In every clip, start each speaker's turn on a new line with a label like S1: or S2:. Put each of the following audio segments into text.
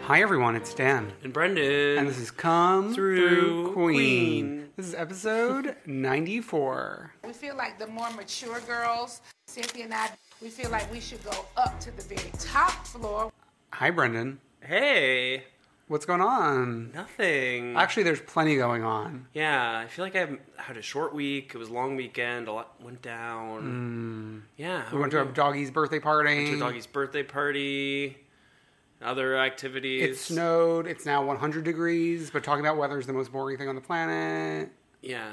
S1: Hi everyone, it's Dan.
S2: And Brendan.
S1: And this is Come
S2: Through
S1: Through, Queen.
S2: Queen.
S1: This is episode 94.
S3: We feel like the more mature girls, Cynthia and I, we feel like we should go up to the very top floor.
S1: Hi Brendan.
S2: hey,
S1: What's going on?
S2: nothing.
S1: Actually, there's plenty going on.
S2: yeah, I feel like I had a short week. It was a long weekend. A lot went down. Yeah, how
S1: Hmm. We went
S2: are
S1: to a
S2: you?
S1: doggy's birthday
S2: Went
S1: party.
S2: to a doggy's birthday party. Other activities.
S1: It snowed. It's now 100 degrees, but talking about weather is the most boring thing on the planet.
S2: Yeah.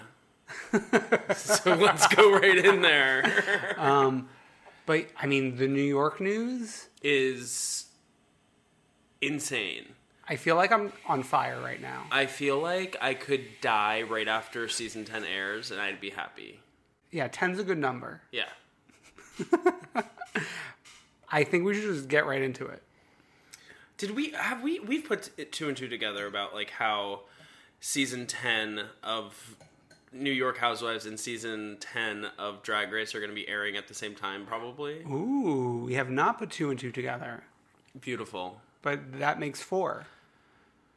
S2: so let's go right in there.
S1: But I mean, the New York news,
S2: Is insane.
S1: I feel like I'm on fire right now.
S2: I feel like I could die right after season 10 airs and I'd be happy.
S1: Yeah, 10's a good number.
S2: Yeah.
S1: I think we should just get right into it.
S2: Did we have we we've put it two and two together about like how season 10 of New York Housewives and season 10 of Drag Race are going to be airing at the same time probably?
S1: Ooh, we have not put two and two together.
S2: Beautiful.
S1: but that makes four.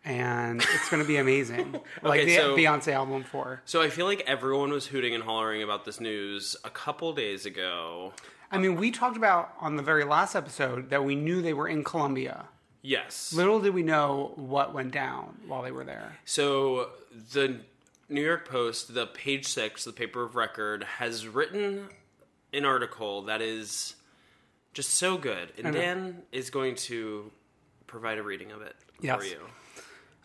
S1: And it's going to be amazing. like
S2: Okay,
S1: the
S2: so-
S1: Beyonce album four.
S2: So I feel like everyone was hooting and hollering about this news a couple days ago.
S1: I mean, we talked about on the very last episode that we knew they were in Colombia.
S2: Yes.
S1: Little did we know what went down while they were there.
S2: So the New York Post, the page six, the paper of record, has written an article that is just so good, and Dan is going to provide a reading of it
S1: Yes.
S2: for you.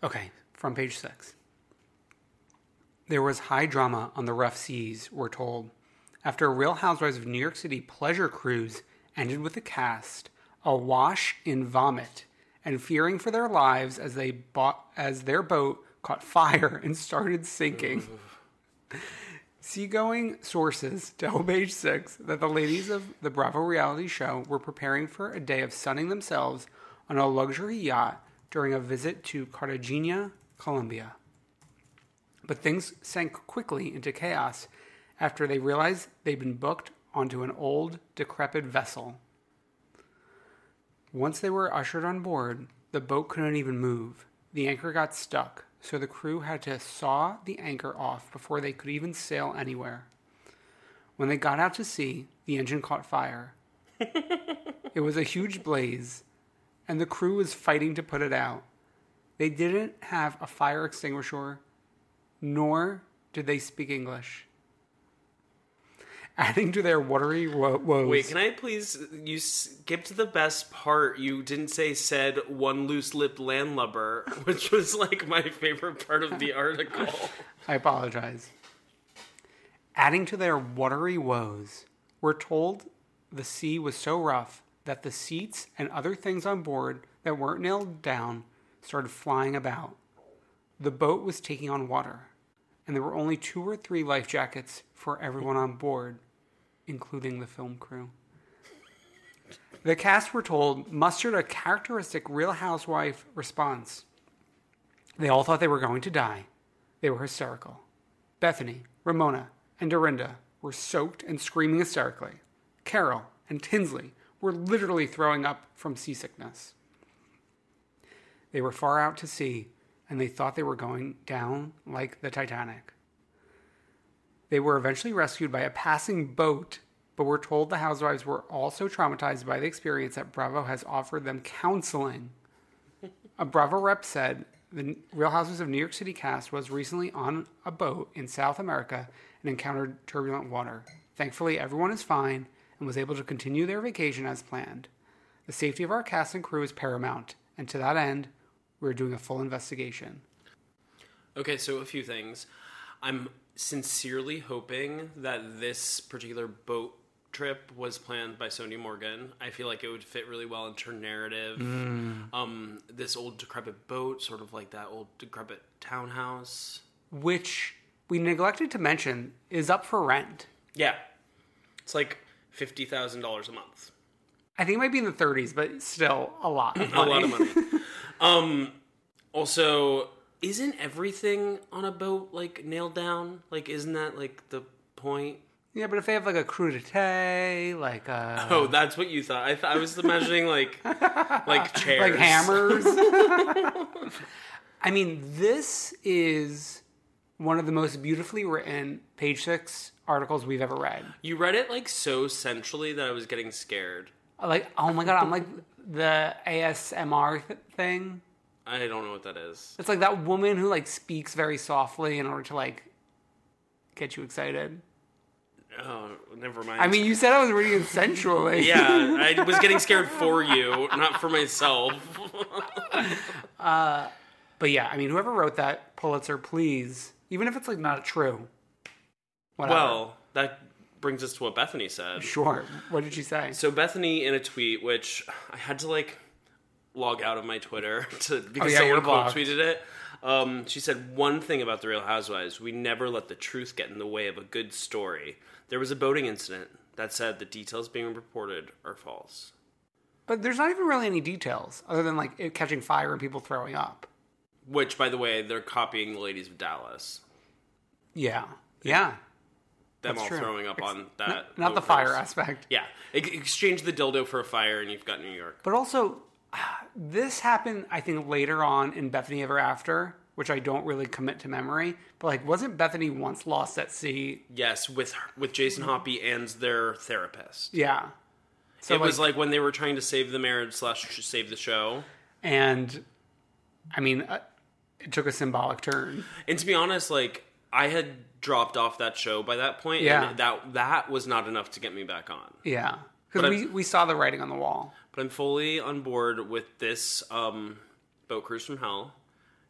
S1: Okay, from page six. There was high drama on the rough seas, we're told. After Real Housewives of New York City pleasure cruise ended with a cast awash in vomit and fearing for their lives as they bought, as their boat caught fire and started sinking. Seagoing sources tell Page Six that the ladies of the Bravo reality show were preparing for a day of sunning themselves on a luxury yacht during a visit to Cartagena, Colombia. But things sank quickly into chaos after they realized they'd been booked onto an old, decrepit vessel. Once they were ushered on board, the boat couldn't even move. The anchor got stuck, so the crew had to saw the anchor off before they could even sail anywhere. When they got out to sea, the engine caught fire. it was a huge blaze, and the crew was fighting to put it out. They didn't have a fire extinguisher, nor did they speak English. Adding to their watery wo- woes.
S2: Wait, can I please? You skipped the best part. You didn't say said one loose lipped landlubber, which was like my favorite part of the article.
S1: I apologize. Adding to their watery woes, we're told the sea was so rough that the seats and other things on board that weren't nailed down started flying about. The boat was taking on water, and there were only two or three life jackets for everyone on board, including the film crew. The cast were told mustered a characteristic real housewife response. They all thought they were going to die. They were hysterical. Bethany, Ramona, and Dorinda were soaked and screaming hysterically. Carol and Tinsley were literally throwing up from seasickness. They were far out to sea and they thought they were going down like the Titanic. They were eventually rescued by a passing boat, but were told the housewives were also traumatized by the experience that Bravo has offered them counseling. A Bravo rep said the Real Houses of New York City cast was recently on a boat in South America and encountered turbulent water. Thankfully, everyone is fine and was able to continue their vacation as planned. The safety of our cast and crew is paramount, and to that end, we are doing a full investigation.
S2: Okay, so a few things. I'm sincerely hoping that this particular boat trip was planned by Sony Morgan. I feel like it would fit really well into her narrative. Um, this old decrepit boat, sort of like that old decrepit townhouse.
S1: Which we neglected to mention is up for rent.
S2: Yeah, it's like fifty thousand dollars a month.
S1: I think it might be in the 30s, but still a lot. Of
S2: a lot of money. um, also, isn't everything on a boat like nailed down? Like, isn't that like the point?
S1: yeah, but if they have like a crudité, like uh, a,
S2: Oh, that's what you thought. I, th- I was imagining like like chairs,
S1: like hammers. I mean, this is one of the most beautifully written page six articles we've ever read.
S2: You read it like so centrally that I was getting scared.
S1: Like, oh my god, I'm like the ASMR th- thing.
S2: I don't know what that is.
S1: It's like that woman who like speaks very softly in order to like get you excited.
S2: Oh, never mind.
S1: I mean, you said I was reading it sensually.
S2: yeah, I was getting scared for you, not for myself.
S1: But yeah, I mean, whoever wrote that Pulitzer, please, even if it's like not true. Whatever.
S2: Well, that brings us to what Bethany said.
S1: sure. What did she say?
S2: So Bethany in a tweet, which I had to like log out of my Twitter to because
S1: Oh, yeah, you're
S2: someone cold
S1: blocked.
S2: tweeted it. Um, she said one thing about the Real Housewives: we never let the truth get in the way of a good story. There was a boating incident that said the details being reported are false.
S1: but there's not even really any details other than like it catching fire and people throwing up.
S2: Which, by the way, they're copying the ladies of Dallas.
S1: Yeah. Yeah.
S2: Them
S1: That's
S2: all
S1: true.
S2: throwing up
S1: Ex-
S2: on that.
S1: Not, not the fire
S2: overdose.
S1: aspect.
S2: Yeah, Ex- exchange the dildo for a fire, and you've got New York.
S1: But also, this happened, I think, later on in Bethany Ever After, which I don't really commit to memory. But like, wasn't Bethany once lost at sea?
S2: Yes, with her- with Jason Hoppy and their therapist.
S1: Yeah. So
S2: it was like when they were trying to save the marriage slash sh- save the show.
S1: and I mean, uh, it took a symbolic turn.
S2: And to be honest, like I had dropped off that show by that point.
S1: Yeah.
S2: and that that was not enough to get me back on.
S1: Yeah.
S2: But
S1: Because we,
S2: I'm-
S1: we saw the writing on the wall.
S2: But I'm fully on board with this um, boat cruise from hell.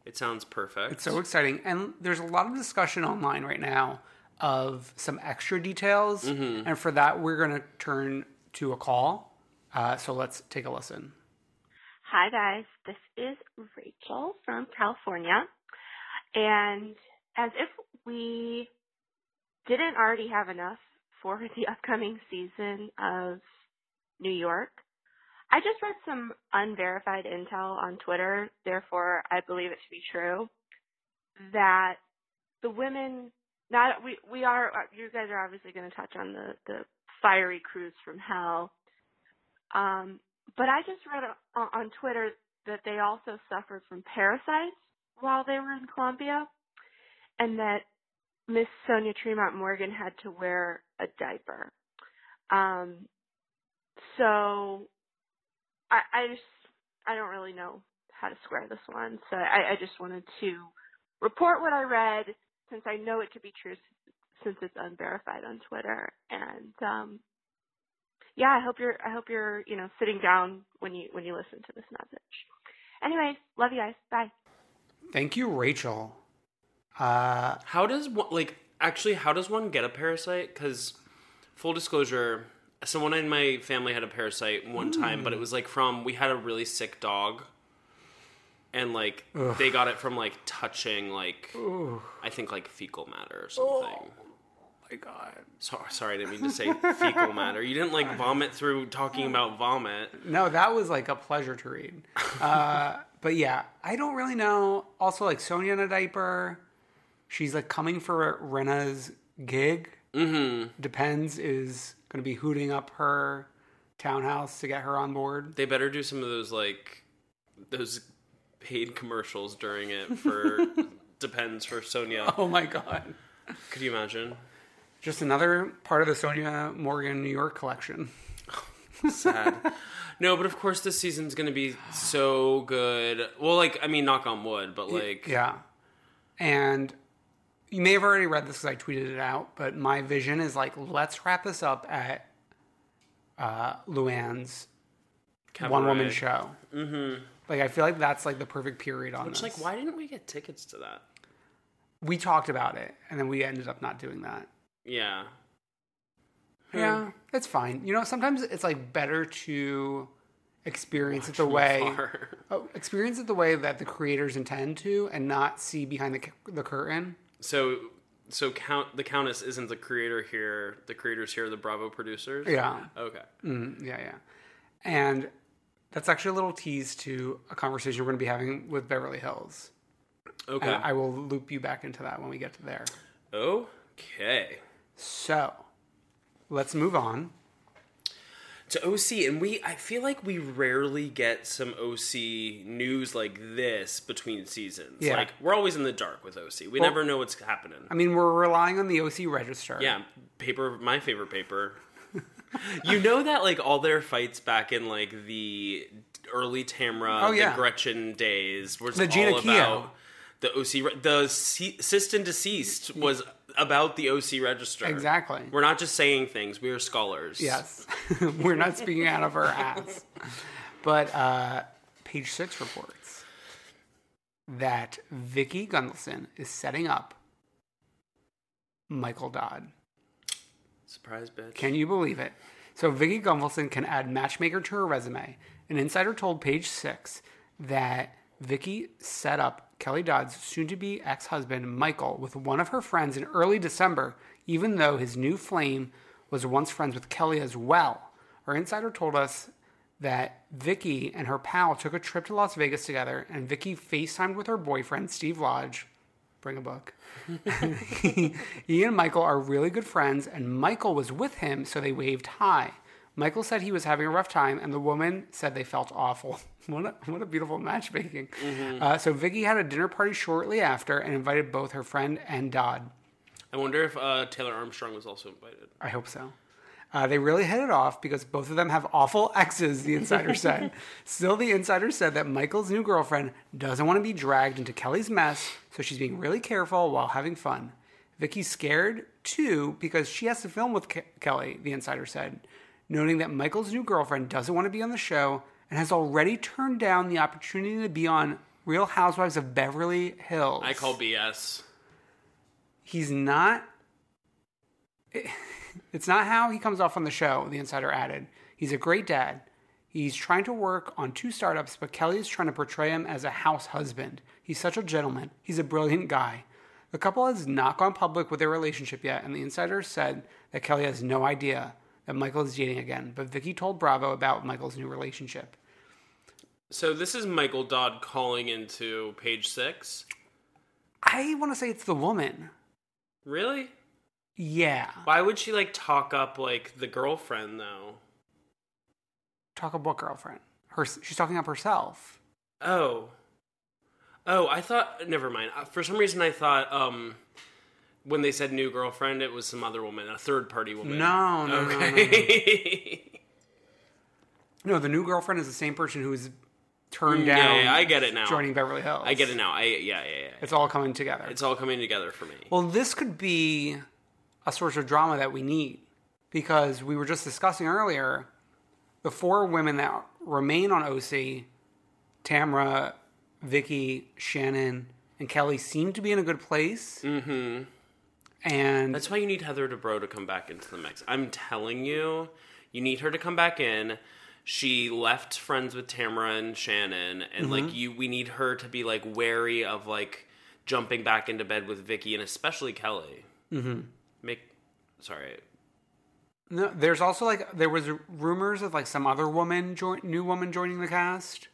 S2: It sounds perfect.
S1: It's so exciting. And there's a lot of discussion online right now of some extra details. And for that, we're going to turn to a call. Uh, so let's take a listen.
S4: Hi, guys. This is Rachel from California. And as if we didn't already have enough for the upcoming season of New York, I just read some unverified intel on Twitter, therefore, I believe it to be true, that the women. Not we we are you guys are obviously going to touch on the the fiery cruise from hell, um, but I just read on, on Twitter that they also suffered from parasites while they were in Colombia, and that Miss Sonia Tremont Morgan had to wear a diaper. Um, so I, I just I don't really know how to square this one, so I, I just wanted to report what I read since I know it to be true s- since it's unverified on Twitter and um yeah, I hope you're I hope you're, you know, sitting down when you when you listen to this message. Anyways, love you guys. Bye.
S1: Thank you, Rachel. Uh,
S2: How does one like actually? How does one get a parasite? Because full disclosure, someone in my family had a parasite one time, but it was like from we had a really sick dog, and like they got it from like touching like I think like fecal matter or something.
S1: Oh my God.
S2: So, sorry, I didn't mean to say fecal matter. You didn't like vomit through talking about vomit.
S1: No, that was like a pleasure to read. Uh, but yeah, I don't really know. Also, like Sonia in a diaper. She's like coming for Rena's gig. Mm-hmm. Depends is going to be hooting up her townhouse to get her on board.
S2: They better do some of those like those paid commercials during it for depends for Sonia.
S1: Oh my God.
S2: Could you imagine?
S1: Just another part of the Sonia Morgan New York collection.
S2: Sad. no, but of course this season's gonna be so good. Well, like I mean, knock on wood, but like
S1: Yeah. And you may have already read this because I tweeted it out, but my vision is like, let's wrap this up at uh, Luann's one
S2: Cabaret.
S1: woman show. Mm-hmm. Like, I feel like that's like the perfect period on
S2: Which
S1: this.
S2: like, why didn't we get tickets to that?
S1: We talked about it and then we ended up not doing that.
S2: Yeah,
S1: Yeah, it's fine. You know, sometimes it's like better to experience it the way
S2: afar.
S1: oh, experience it the way that the creators intend to and not see behind the, c- the curtain.
S2: So so count the Countess isn't the creator here. The creators here are the Bravo producers.
S1: Yeah. Mm.
S2: Okay.
S1: Yeah, yeah. And that's actually a little tease to a conversation we're going to be having with Beverly Hills.
S2: Okay.
S1: And I will loop you back into that when we get to there.
S2: okay.
S1: So let's move on.
S2: To OC, and we I feel like we rarely get some OC news like this between seasons.
S1: Yeah.
S2: Like we're always in the dark with OC. We never know what's happening.
S1: I mean, we're relying on the OC register.
S2: yeah, paper my favorite paper. you know that like all their fights back in like the early Tamra,
S1: Oh, yeah.
S2: the Gretchen days was
S1: The Gina
S2: all
S1: Keogh.
S2: about the OC re- the ce- cyst and deceased was about the OC register.
S1: Exactly.
S2: We're not just saying things, we are scholars.
S1: Yes. We're not speaking out of our ass. But uh, page six reports that Vicky Gundelson is setting up Michael Dodd.
S2: Surprise bitch.
S1: Can you believe it? So Vicky Gunvalson can add matchmaker to her resume. An insider told Page Six that Vicky set up Kelly Dodd's soon-to-be ex-husband Michael with one of her friends in early December, even though his new flame was once friends with Kelly as well. Our insider told us that Vicky and her pal took a trip to Las Vegas together, and Vicky FaceTimed with her boyfriend Steve Lodge. Bring a book. he and Michael are really good friends, and Michael was with him, so they waved hi. Michael said he was having a rough time, and the woman said they felt awful. what, a, what a beautiful matchmaking. Uh, so Vicky had a dinner party shortly after and invited both her friend and Dodd.
S2: I wonder if uh, Taylor Armstrong was also invited.
S1: I hope so. Uh, they really hit it off because both of them have awful exes, the insider said. Still, the insider said that Michael's new girlfriend doesn't want to be dragged into Kelly's mess, so she's being really careful while having fun. Vicky's scared too because she has to film with Ke- Kelly, the insider said, noting that Michael's new girlfriend doesn't want to be on the show and has already turned down the opportunity to be on Real Housewives of Beverly Hills.
S2: I call BS.
S1: He's not It's not how he comes off on the show, the insider added. He's a great dad. He's trying to work on two startups, but Kelly is trying to portray him as a house husband. He's such a gentleman. He's a brilliant guy. The couple has not gone public with their relationship yet, and the insider said that Kelly has no idea that Michael is dating again, but Vicky told Bravo about Michael's new relationship.
S2: So this is Michael Dodd calling into page six.
S1: I want to say it's the woman.
S2: Really?
S1: Yeah.
S2: Why would she like talk up like the girlfriend though?
S1: Talk about girlfriend. Her, she's talking up herself.
S2: Oh. Oh, I thought. Never mind. Uh, For some reason, I thought um, when they said new girlfriend, it was some other woman, a third party woman.
S1: No, no, no, no,
S2: Okay.
S1: No, the new girlfriend is the same person who was turned
S2: Yeah,
S1: down.
S2: yeah, I get it now.
S1: Joining Beverly Hills.
S2: I get it now. I yeah, yeah, yeah.
S1: It's all coming together.
S2: It's all coming together for me.
S1: well, this could be a source of drama that we need because we were just discussing earlier the four women that remain on OC, Tamra, Vicky, Shannon, and Kelly seem to be in a good place. Mm-hmm. And
S2: That's why you need Heather DeBro to come back into the mix. I'm telling you, you need her to come back in. she left friends with Tamara and Shannon, and like you, we need her to be like wary of like jumping back into bed with Vicky and especially Kelly. Mm-hmm. Make sorry,
S1: No, there's also like there was rumors of like some other woman join new woman joining the cast.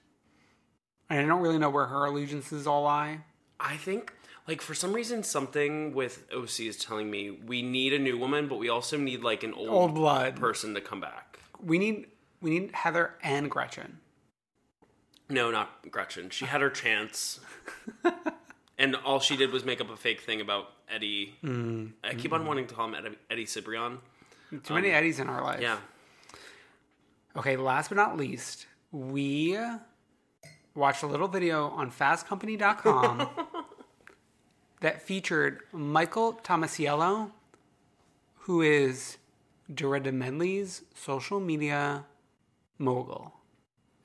S1: And I don't really know where her allegiances all lie.
S2: I think like for some reason something with OC is telling me we need a new woman, but we also need like an old,
S1: Old blood.
S2: person to come back.
S1: We need we need Heather and Gretchen.
S2: No, not Gretchen. She had her chance. and all she did was make up a fake thing about Eddie.
S1: Mm.
S2: I keep on wanting to call him Eddie, Eddie Cibrian.
S1: Too many Eddies in our life.
S2: Yeah.
S1: Okay, last but not least, we watched a little video on fastcompany.com that featured Michael Tomasiello, who is Doretta Medley's social media mogul,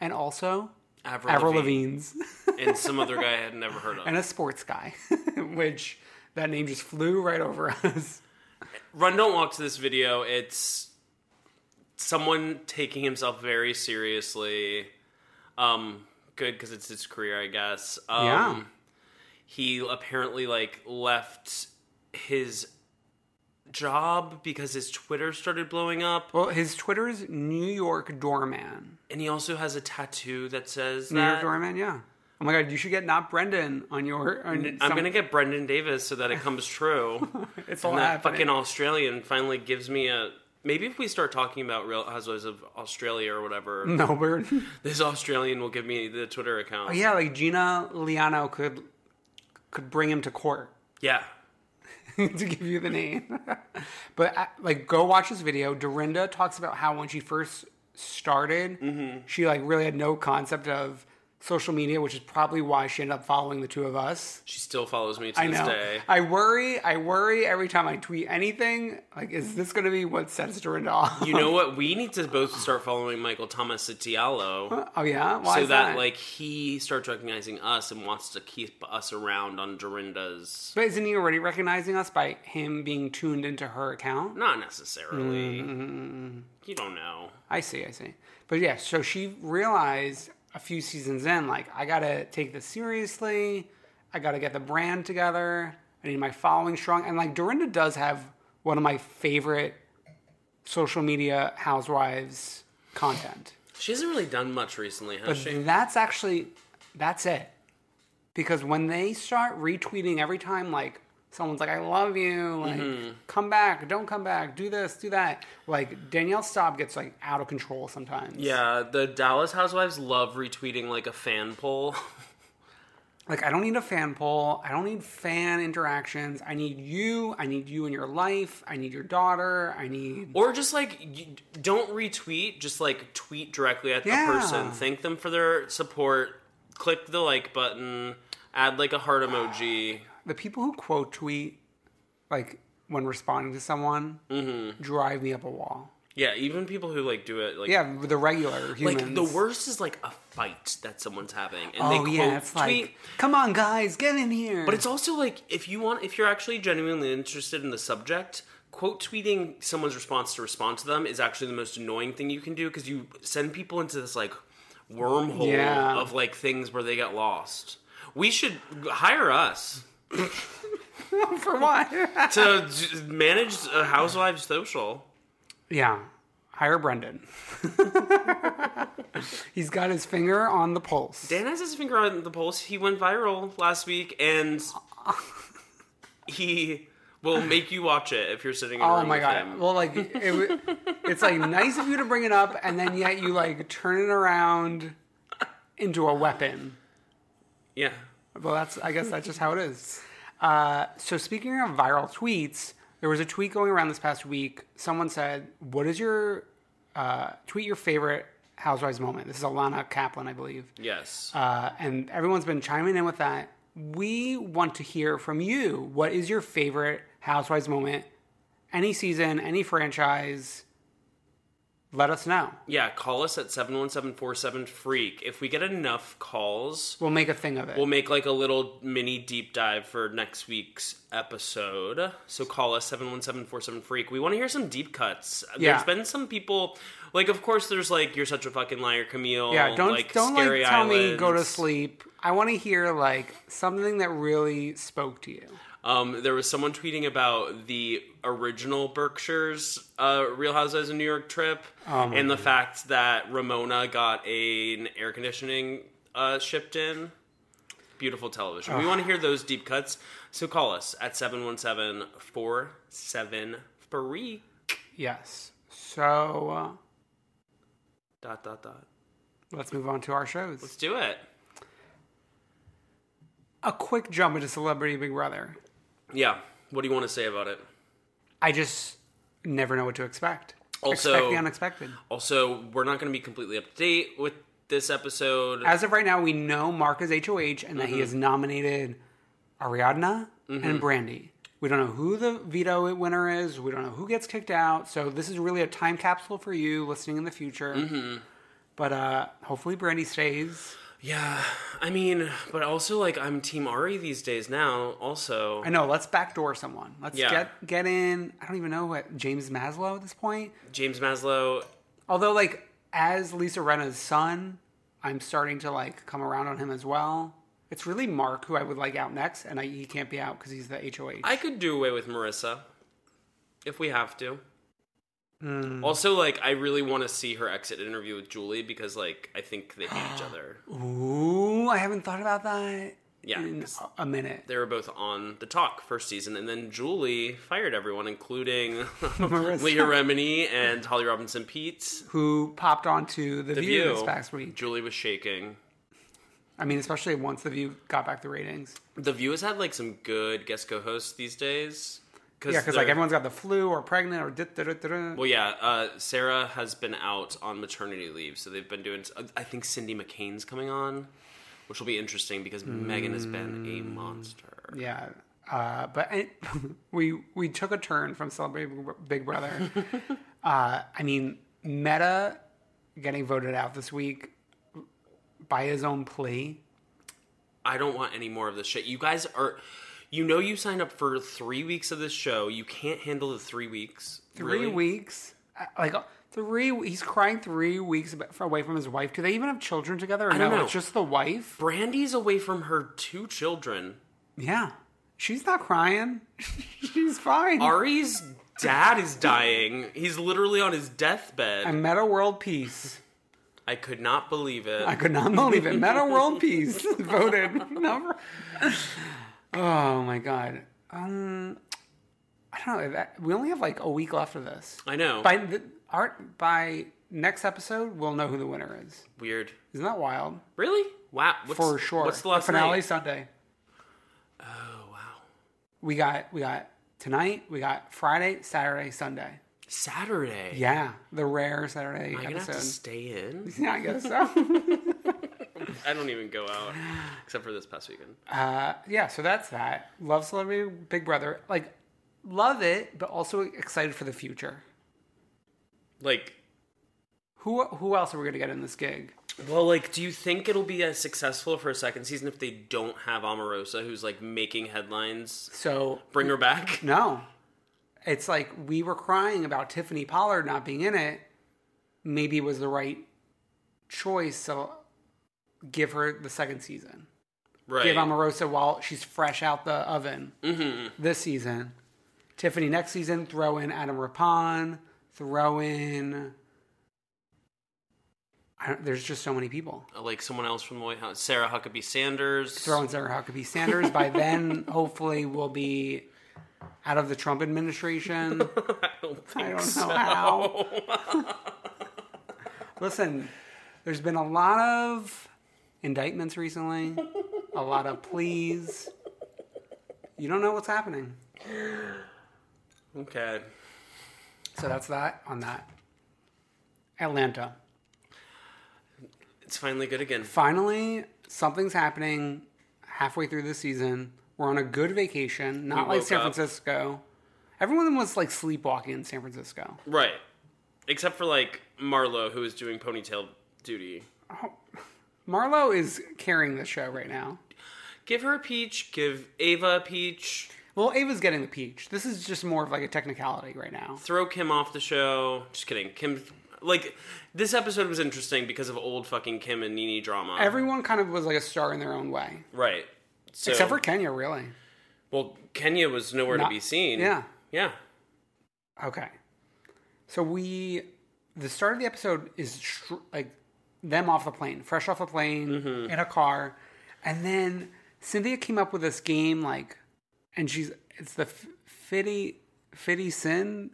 S1: and also
S2: Avril,
S1: Avril
S2: Lavigne.
S1: Lavigne's,
S2: and some other guy I had never heard of.
S1: and a sports guy, which that name just flew right over us.
S2: Run Don't Walk to this video. It's someone taking himself very seriously. Um, good because it's his career, I guess. Um,
S1: Yeah.
S2: He apparently like left his job because his Twitter started blowing up,
S1: Well, his Twitter is New York Doorman.
S2: and he also has a tattoo that says
S1: New York
S2: that.
S1: Doorman, yeah. Oh my god, you should get not Brendan on your. On
S2: I'm
S1: some-
S2: gonna get Brendan Davis so that it comes true.
S1: It's all
S2: and that
S1: happening.
S2: fucking Australian finally gives me a. Maybe if we start talking about Real Housewives of Australia or whatever,
S1: No, we're
S2: this Australian will give me the Twitter account.
S1: yeah, like Gina Liano could could bring him to court
S2: Yeah.
S1: to give you the name. but uh, like, go watch this video. Dorinda talks about how when she first started,
S2: Mm-hmm.
S1: she like really had no concept of social media, which is probably why she ended up following the two of us.
S2: She still follows me to
S1: I
S2: this
S1: know.
S2: day.
S1: I worry. I worry every time I tweet anything. Like, is this going to be what sets Dorinda off?
S2: You know what? We need to both start following Michael Thomas Satialo
S1: oh yeah. Why
S2: so
S1: is
S2: that like he starts recognizing us and wants to keep us around on Dorinda's.
S1: But isn't he already recognizing us by him being tuned into her account?
S2: Not necessarily.
S1: Mm-hmm.
S2: You don't know.
S1: I see, I see. But yeah, so she realized a few seasons in, like, I gotta take this seriously. I gotta get the brand together. I need my following strong. And like, Dorinda does have one of my favorite social media housewives content.
S2: She hasn't really done much recently, has
S1: But
S2: she?
S1: that's actually, that's it. Because when they start retweeting every time, like, someone's like, I love you, like,
S2: Mm-hmm.
S1: come back, don't come back, do this, do that, like, Danielle Staub gets, like, out of control sometimes.
S2: Yeah, the Dallas Housewives love retweeting like a fan poll.
S1: Like, I don't need a fan poll. I don't need fan interactions. I need you. I need you in your life. I need your daughter. I need.
S2: Or just like you- don't retweet, just like tweet directly at
S1: Yeah.
S2: the person. Thank them for their support. Click the like button. Add like a heart emoji.
S1: The people who quote tweet, like, when responding to someone,
S2: Mm-hmm.
S1: drive me up a wall.
S2: Yeah, even people who like do it like
S1: Yeah, the regular humans.
S2: like the worst is like a fight that someone's having and they
S1: Oh,
S2: quote
S1: yeah, it's
S2: tweet.
S1: like, come on, guys, get in here.
S2: But it's also like if you want if you're actually genuinely interested in the subject, quote tweeting someone's response to respond to them is actually the most annoying thing you can do because you send people into this like wormhole
S1: Yeah.
S2: of like things where they get lost. We should hire us
S1: for what?
S2: to j- manage a housewives social.
S1: yeah, hire Brendan. He's got his finger on the pulse.
S2: Dan has his finger on the pulse. He went viral last week, and he will make you watch it if you're sitting. In a
S1: Oh
S2: room
S1: my
S2: with
S1: god!
S2: him.
S1: Well, like it, w- it's like nice of you to bring it up, and then yet you like turn it around into a weapon.
S2: yeah.
S1: Well, that's I guess that's just how it is. Uh, so speaking of viral tweets, there was a tweet going around this past week. Someone said, "What is your uh, tweet your favorite Housewives moment?" This is Alana Kaplan, I believe.
S2: Yes.
S1: Uh, and everyone's been chiming in with that. We want to hear from you. What is your favorite Housewives moment? Any season, any franchise, let us know.
S2: Yeah, call us at 717-47-FREAK. If we get enough calls,
S1: We'll make a thing of it.
S2: we'll make like a little mini deep dive for next week's episode. So call us 717-47-FREAK. We want to hear some deep cuts.
S1: Yeah.
S2: There's been some people Like, of course, there's like "You're Such a Fucking Liar," Camille.
S1: yeah, don't
S2: like,
S1: don't
S2: Scary
S1: like tell me
S2: Island.
S1: go to sleep. I want to hear like something that really spoke to you.
S2: Um, there was someone tweeting about the original Berkshire's uh, Real Housewives of New York trip and the fact that Ramona got a, an air conditioning uh, shipped in. Beautiful television. We want to hear those deep cuts. So call us at 717 473
S1: Yes. So uh,
S2: dot dot dot.
S1: let's move on to our shows.
S2: Let's do it.
S1: a quick jump into Celebrity Big Brother.
S2: Yeah. What do you want to say about it?
S1: I just never know what to expect.
S2: Also-
S1: expect the unexpected.
S2: Also, we're not going to be completely up to date with this episode.
S1: As of right now, we know Mark is HOH and that he has nominated Ariadna and Brandy. We don't know who the veto winner is. We don't know who gets kicked out. So this is really a time capsule for you listening in the future. But uh, hopefully Brandy stays.
S2: Yeah, I mean, but also like I'm Team Ari these days now. Also,
S1: I know. Let's backdoor someone. Let's
S2: Yeah.
S1: get get in. I don't even know what James Maslow at this point.
S2: James Maslow.
S1: Although, like, as Lisa Renna's son, I'm starting to like come around on him as well. It's really Mark who I would like out next, and I, he can't be out because he's the HOH.
S2: I could do away with Marissa if we have to.
S1: Hmm.
S2: Also, like I really want to see her exit interview with Julie because like I think they hate each other.
S1: Oh, Ooh, I haven't thought about that
S2: Yeah,
S1: in
S2: 'cause
S1: a minute.
S2: they were both on the talk first season, and then Julie fired everyone, including Leah Remini and Holly Robinson Pete.
S1: Who popped onto the,
S2: The
S1: View,
S2: View.
S1: this past week?
S2: Julie was shaking.
S1: I mean, especially once the View got back the ratings.
S2: The View has had like some good guest co-hosts these days.
S1: Yeah, because like
S2: they're-
S1: everyone's got the flu or pregnant or da da da da.
S2: Well, yeah, uh, Sarah has been out on maternity leave, so they've been doing. I think Cindy McCain's coming on, which will be interesting because Megan has been a monster.
S1: Mm. Yeah. Uh, but it, we we took a turn from celebrating Big Brother. uh, I mean, Meta getting voted out this week by his own plea.
S2: I don't want any more of this shit. You guys are. You know, you signed up for three weeks of this show. You can't handle the three weeks.
S1: Three
S2: really?
S1: weeks, Uh, like three. He's crying three weeks ab- away from his wife. Do they even have children together? Or
S2: I don't
S1: no,
S2: know.
S1: It's just the wife.
S2: Brandy's away from her two children.
S1: Yeah, she's not crying. she's fine.
S2: Ari's dad is dying. He's literally on his deathbed.
S1: I met a world peace.
S2: I could not believe it.
S1: I could not believe it. Meta World Peace voted number. Oh my god. Um, I don't know. That, we only have like a week left of this.
S2: I know.
S1: By the, art by next episode, we'll know who the winner is.
S2: Weird.
S1: Isn't that wild?
S2: Really? Wow. What's,
S1: For sure.
S2: What's the last
S1: finale
S2: night?
S1: Sunday?
S2: Oh wow.
S1: We got we got tonight. We got Friday, Saturday, Sunday.
S2: Saturday.
S1: Yeah, the rare Saturday
S2: Am I gonna have to
S1: episode.
S2: stay in?
S1: Yeah, I guess so.
S2: I don't even go out except for this past weekend.
S1: yeah, so that's that. Love Celebrity Big Brother. Like, love it, but also excited for the future.
S2: Like,
S1: Who who else are we gonna get in this gig?
S2: well, like, do you think it'll be as successful for a second season if they don't have Omarosa, who's like making headlines?
S1: So
S2: Bring her back.
S1: no, it's like we were crying about Tiffany Pollard not being in it. Maybe it was the right choice to give her the second season.
S2: Right.
S1: Give Omarosa while she's fresh out the oven this season. Tiffany next season. Throw in Adam Rapon. Throw in. I don't, there's just so many people.
S2: Uh, like someone else from the White House, Sarah Huckabee Sanders.
S1: throwing Sarah Huckabee Sanders. By then, hopefully, we'll be out of the Trump administration.
S2: I don't think
S1: I don't know
S2: so.
S1: how. Listen, there's been a lot of indictments recently, a lot of pleas. You don't know what's happening.
S2: Okay.
S1: So that's that on that. Atlanta.
S2: It's finally good again.
S1: Finally, something's happening halfway through the season. We're on a good vacation, not
S2: We
S1: like
S2: woke
S1: San
S2: up.
S1: Francisco. Everyone was like sleepwalking in San Francisco.
S2: Right. Except for like Marlo, who is doing ponytail duty.
S1: Marlo is carrying the show right now.
S2: Give her a peach. Give Ava a peach.
S1: Well, Ava's getting the peach. This is just more of like a technicality right now.
S2: throw Kim off the show. Just kidding. Kim Like this episode was interesting because of old fucking Kim and Nini drama.
S1: Everyone kind of was like a star in their own way,
S2: right. So,
S1: except for Kenya, really.
S2: well, Kenya was nowhere
S1: Not-
S2: to be seen.
S1: yeah.
S2: yeah.
S1: Okay. So we, the start of the episode is str- like them off the plane, fresh off a plane, in a car, and then Cynthia came up with this game like, and she's it's the f- fitty fitty sin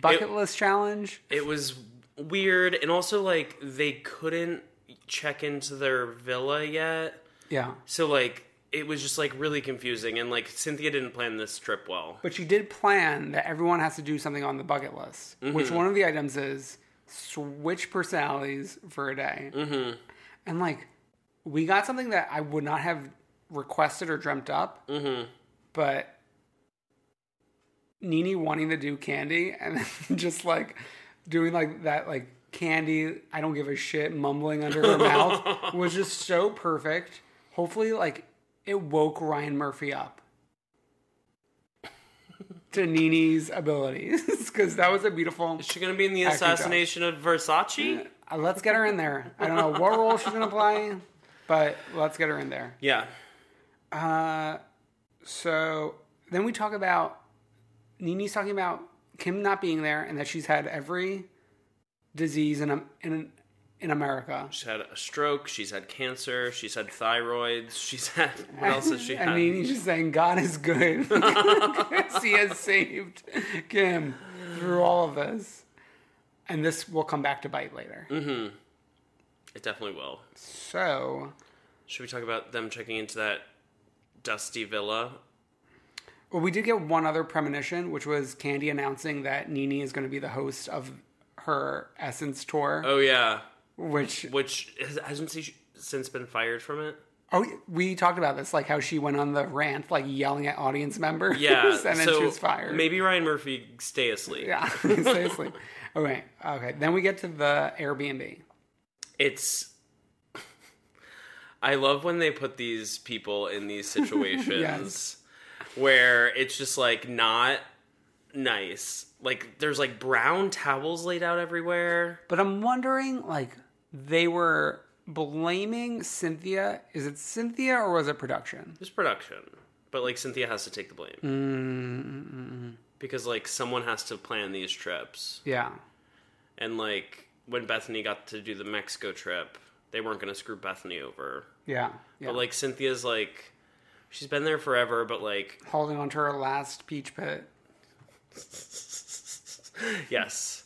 S1: bucket
S2: It-
S1: list challenge.
S2: It was weird, and also like they couldn't check into their villa yet,
S1: Yeah,
S2: so like it was just like really confusing, and like Cynthia didn't plan this trip well.
S1: but she did plan that everyone has to do something on the bucket list, which one of the items is switch personalities for a day, mm-hmm. and like we got something that I would not have requested or dreamt up.
S2: Mm-hmm.
S1: but Nini wanting to do candy and then just like doing like that like candy I don't give a shit mumbling under her mouth was just so perfect. Hopefully like it woke Ryan Murphy up to Nini's abilities cuz that was a beautiful
S2: Is she gonna be in the
S1: Acting job.
S2: assassination of Versace?
S1: Uh, let's get her in there. I don't know what role she's going to play, but let's get her in there.
S2: Yeah.
S1: Uh, so then we talk about Nini's talking about Kim not being there and that she's had every disease in in in America.
S2: She's had a stroke. She's had cancer. She's had thyroids. She's had what else has she
S1: and
S2: had?
S1: Nini's just saying God is good. 'Cause he has saved Kim through all of this, and this will come back to bite later.
S2: It definitely will.
S1: So,
S2: Should we talk about them checking into that dusty villa?
S1: well, we did get one other premonition, which was Candy announcing that Nini is going to be the host of her Essence tour,
S2: Oh yeah,
S1: which
S2: which has, hasn't she since been fired from it?
S1: Oh, we talked about this, like how she went on the rant, like yelling at audience members.
S2: Yeah,
S1: and then
S2: so
S1: she was fired.
S2: Maybe Ryan Murphy stay asleep.
S1: Yeah, seriously. okay, okay. Then we get to the Airbnb.
S2: It's. I love when they put these people in these situations where it's just like not nice. Like there's like brown towels laid out everywhere.
S1: But I'm wondering, like, they were blaming Cynthia. Is it Cynthia or was it production?
S2: It's production, but like Cynthia has to take the blame because like someone has to plan these trips.
S1: Mm-hmm. Yeah.
S2: And like when Bethany got to do the Mexico trip, they weren't going to screw Bethany over.
S1: Yeah. yeah.
S2: But like Cynthia's like she's been there forever, but like
S1: holding on to her last peach pit.
S2: yes.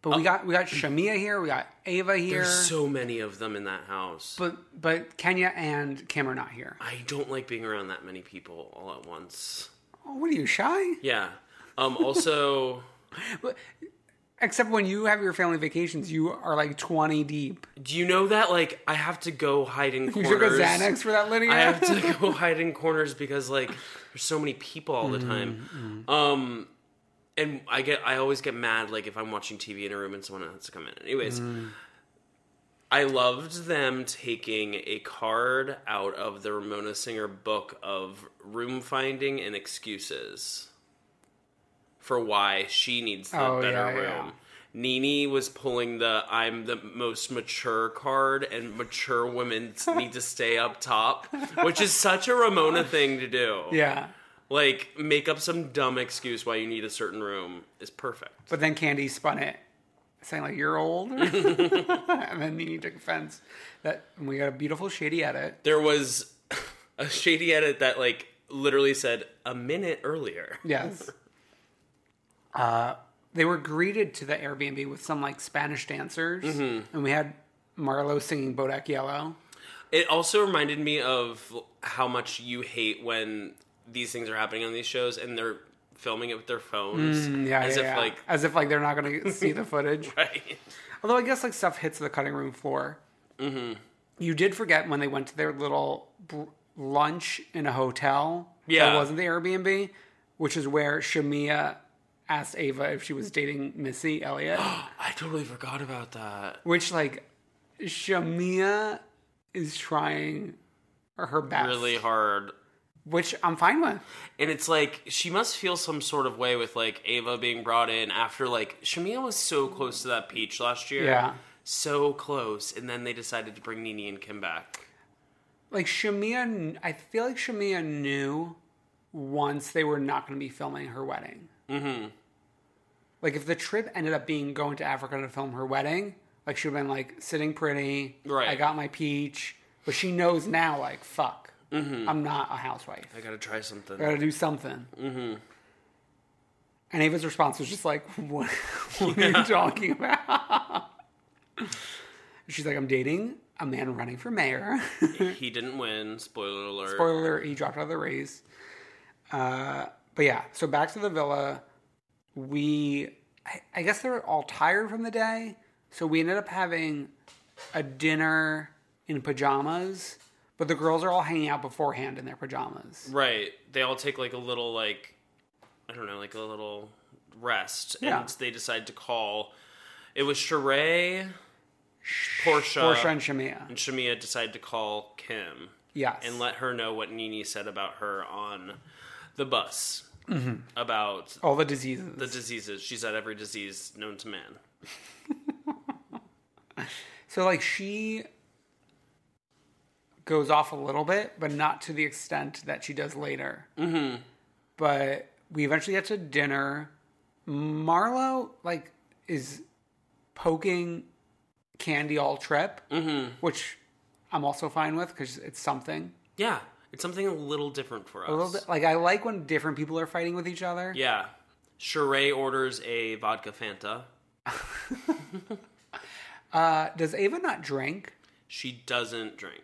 S1: But we got we got Shamia here, we got Ava here.
S2: There's Oh. so many of them in that house.
S1: but but Kenya and Kim are not here.
S2: I don't like being around that many people all at once.
S1: Oh, what are you shy?
S2: Yeah. Um also
S1: Except when you have your family vacations, you are like 20 deep.
S2: do you know that like I have to go hide in
S1: You
S2: corners?
S1: took a Xanax for that, Lydia?
S2: I have to go hide in corners because like there's so many people all the
S1: Mm,
S2: time. Um and I get I always get mad like if I'm watching TV in a room and someone has to come in. Anyways,
S1: Mm.
S2: I loved them taking a card out of the Ramona Singer book of room finding and excuses for why she needs the
S1: Oh,
S2: better
S1: yeah,
S2: room.
S1: yeah.
S2: Nini was pulling the I'm the most mature card and mature women need to stay up top, which is such a Ramona thing to do.
S1: yeah.
S2: Like make up some dumb excuse why you need a certain room is perfect.
S1: But then Candy spun it, saying, like, you're old. and then you took offense. That and we got a beautiful shady edit.
S2: There was a shady edit that like literally said a minute earlier.
S1: Yes. uh, they were greeted to the Airbnb with some like Spanish dancers.
S2: Mm-hmm.
S1: And we had Marlo singing Bodak Yellow.
S2: It also reminded me of how much you hate when these things are happening on these shows and they're filming it with their phones.
S1: Mm, Yeah,
S2: as
S1: yeah,
S2: if
S1: yeah.
S2: like
S1: as if like they're not going to see the footage.
S2: right.
S1: Although I guess like stuff hits the cutting room floor. Mm-hmm. You did forget when they went to their little br- lunch in a hotel.
S2: Yeah.
S1: that wasn't the Airbnb, which is where Shamia asked Ava if she was dating Missy Elliott.
S2: I totally forgot about that.
S1: which like Shamia is trying her best
S2: Really hard.
S1: which I'm fine with.
S2: And it's like she must feel some sort of way with like Ava being brought in after like Shamia was so close to that peach last year.
S1: Yeah.
S2: So close. And then they decided to bring Nini and Kim back.
S1: Like Shamia, kn- I feel like Shamia knew once they were not going to be filming her wedding. Mm-hmm. Like if the trip ended up being going to Africa to film her wedding, like she'd been like sitting pretty.
S2: Right.
S1: I got my peach, but she knows now. Like fuck, I'm not a housewife.
S2: I gotta try something.
S1: I gotta do something. Mm-hmm. And Ava's response was just like, "What, what are you talking about?" She's like, "I'm dating a man running for mayor."
S2: he didn't win. Spoiler alert.
S1: Spoiler: alert, He dropped out of the race. Uh, but yeah, so back to the villa. We, I, I guess, they were all tired from the day, so we ended up having a dinner in pajamas. But the girls are all hanging out beforehand in their pajamas.
S2: Right. They all take like a little like I don't know, like a little rest.
S1: Yeah.
S2: And they decide to call it was Sheree, Portia,
S1: Portia and Shamia.
S2: and Shamia decide to call Kim
S1: Yes.
S2: and let her know what Nini said about her on the bus.
S1: Mm-hmm.
S2: About
S1: all the diseases.
S2: the diseases. She's at every disease known to man.
S1: So like she goes off a little bit, but not to the extent that she does later. Mm-hmm. But we eventually get to dinner. Marlo like is poking Candy all trip, mm-hmm. which I'm also fine with because it's something.
S2: Yeah. It's something a little different for us.
S1: A little bit like I like when different people are fighting with each other.
S2: Yeah. Sheree orders a vodka Fanta.
S1: Uh, does Ava not drink?
S2: She doesn't drink.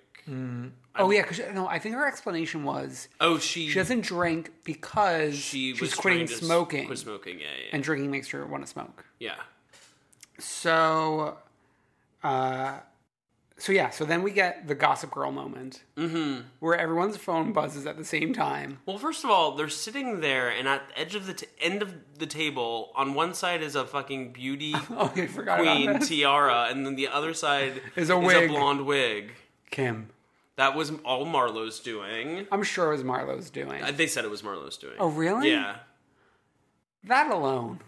S1: oh yeah, because no, I think her explanation was
S2: Oh, she
S1: she doesn't drink because
S2: she
S1: she's
S2: was
S1: quitting
S2: trying to s-
S1: smoking.
S2: Quit smoking, yeah, yeah,
S1: and drinking makes her want to smoke.
S2: yeah.
S1: So, uh, so yeah. So then we get the Gossip Girl moment, mm-hmm. where everyone's phone buzzes at the same time.
S2: Well, first of all, they're sitting there, and at the edge of the t- end of the table, on one side is a fucking beauty
S1: Oh, I forgot
S2: queen
S1: about this.
S2: tiara, and then the other side
S1: Is a wig.
S2: blonde wig.
S1: Kim.
S2: That was all Marlowe's doing.
S1: I'm sure it was Marlowe's doing.
S2: Uh, They said it was Marlowe's doing.
S1: Oh, really?
S2: Yeah.
S1: that alone.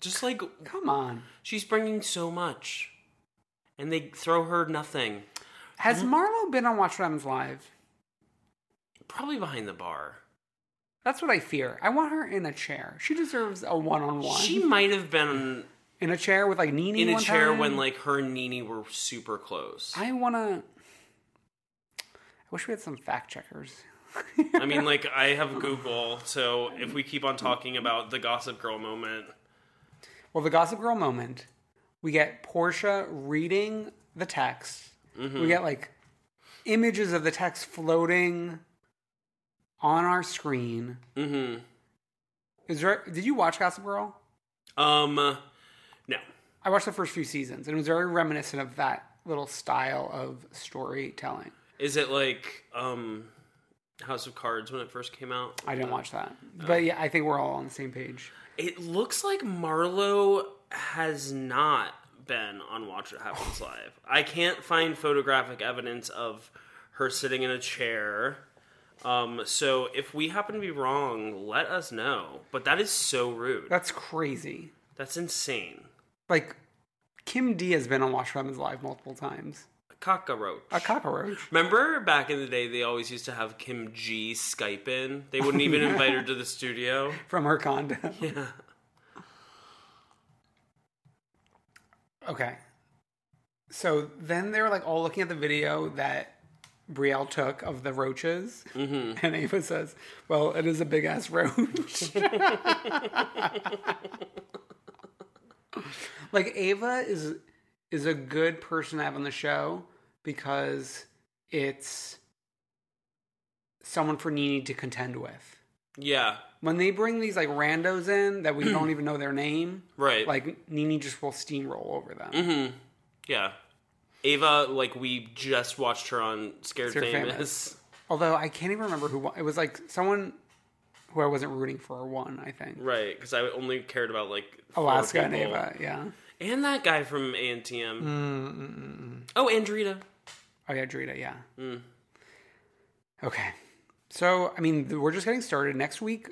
S2: Just like
S1: Come on.
S2: she's bringing so much, and they throw her nothing.
S1: Has
S2: Mm-hmm.
S1: Marlo been on Watch What Happens Live?
S2: Probably behind the bar.
S1: That's what I fear. I want her in a chair. She deserves a one-on-one.
S2: She might have been
S1: in a chair with like Nene
S2: in a
S1: one
S2: chair
S1: time.
S2: when like her and Nini were super close.
S1: I wanna. I wish we had some fact checkers.
S2: I mean, like, I have Google, so if we keep on talking about the Gossip Girl moment,
S1: Well, the Gossip Girl moment, we get Portia reading the text. We get like images of the text floating on our screen.
S2: mm-hmm.
S1: Is there? Did you watch Gossip Girl?
S2: Um, no.
S1: I watched the first few seasons, and it was very reminiscent of that little style of storytelling.
S2: Is it like, um, House of Cards when it first came out?
S1: I didn't watch that, but yeah, I think we're all on the same page.
S2: It looks like Marlo has not been on Watch What Happens Live. I can't find photographic evidence of her sitting in a chair. Um, so if we happen to be wrong, let us know. But that is so rude.
S1: That's crazy.
S2: That's insane.
S1: Like Kim D has been on Watch What Happens Live multiple times.
S2: Cockroach.
S1: A cockroach.
S2: Remember back in the day, they always used to have Kim G Skype in. They wouldn't even invite her to the studio.
S1: from her condo. Yeah. Okay. So then they were like all looking at the video that Brielle took of the roaches, and Ava says, "Well, it is a big ass roach." like Ava is is a good person to have on the show because it's someone for Nene to contend with
S2: Yeah,
S1: when they bring these like randos in that we don't even know their name,
S2: right.
S1: like Nini just will steamroll over them.
S2: Mhm. yeah. Ava, like we just watched her on Scared
S1: Scared
S2: Famous.
S1: Famous. Although I can't even remember who won. it was. Like someone who I wasn't rooting for won. I think
S2: right? Because I only cared about like four
S1: Alaska and
S2: people.
S1: Ava. Mm, Yeah.
S2: and that guy from A and T M. Oh, Andrita. Mm.
S1: Oh yeah, Drita. Yeah. Okay. So, I mean, th- we're just getting started. Next week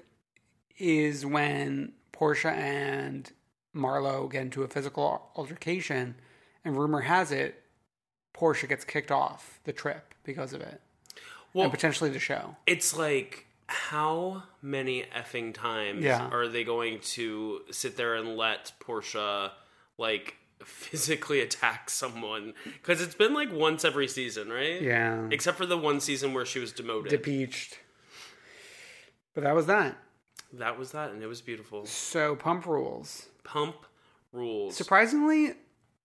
S1: is when Portia and Marlowe get into a physical altercation, and rumor has it Portia gets kicked off the trip because of it,
S2: Well,
S1: and potentially the show.
S2: it's like how many effing times
S1: Yeah.
S2: are they going to sit there and let Portia like physically attack someone? Because it's been like once every season, right?
S1: Yeah,
S2: Except for the one season where she was demoted.
S1: impeached. But that was that.
S2: that was that, and it was beautiful.
S1: So, pump rules.
S2: Pump rules.
S1: Surprisingly,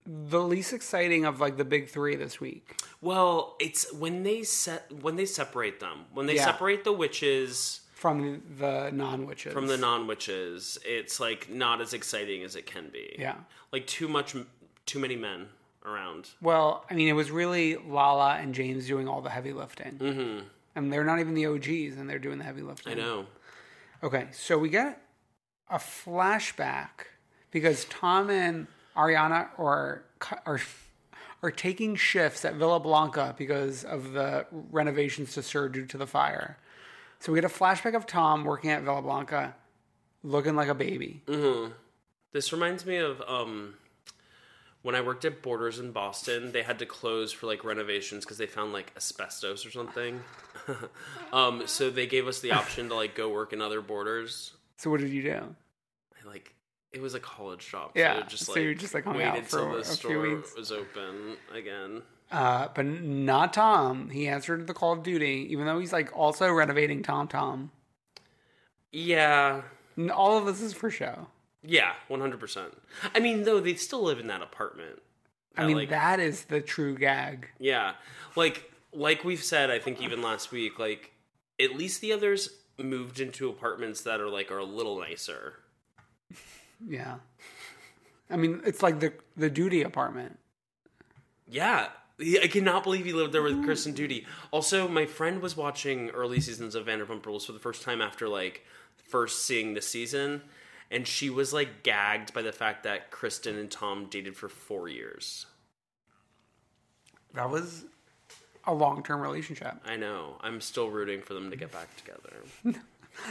S1: the least exciting of like the big three this week.
S2: Well, it's when they set when they separate them. When they
S1: Yeah.
S2: separate the witches
S1: from the non witches.
S2: from the non witches, it's like not as exciting as it can be.
S1: Yeah.
S2: Like too much too many men around.
S1: Well, I mean, it was really Lala and James doing all the heavy lifting. Mm-hmm. And they're not even the OGs, and they're doing the heavy lifting.
S2: I know.
S1: Okay, so we get a flashback because Tom and Ariana are cu- are are taking shifts at Villa Blanca because of the renovations to Sur due to the fire. So we get a flashback of Tom working at Villa Blanca, looking like a baby.
S2: Mm. This reminds me of um when I worked at Borders in Boston, they had to close for like renovations because they found like asbestos or something. um, so they gave us the option to like go work in other Borders.
S1: So what did you do?
S2: I like it was a college shop.
S1: Yeah,
S2: so, I just,
S1: so
S2: like,
S1: you just, like, hung
S2: waited
S1: out for
S2: till the
S1: a few
S2: store
S1: weeks.
S2: was open again.
S1: Uh, but not Tom. He answered the call of duty, even though he's like also renovating Tom Tom.
S2: Yeah,
S1: And all of this is for show.
S2: yeah, one hundred percent. I mean, though they still live in that apartment.
S1: I mean,
S2: like-
S1: that is the true gag.
S2: Yeah, like like we've said, I think even last week, like at least the others moved into apartments that are like are a little nicer.
S1: Yeah. I mean, it's like the the duty apartment.
S2: Yeah. He- I cannot believe he lived there with Kristen Duty. Also, my friend was watching early seasons of Vanderpump Rules for the first time after like first seeing the season, and she was like gagged by the fact that Kristen and Tom dated for four years.
S1: That was a long term relationship.
S2: I know. I'm still rooting for them to get back together.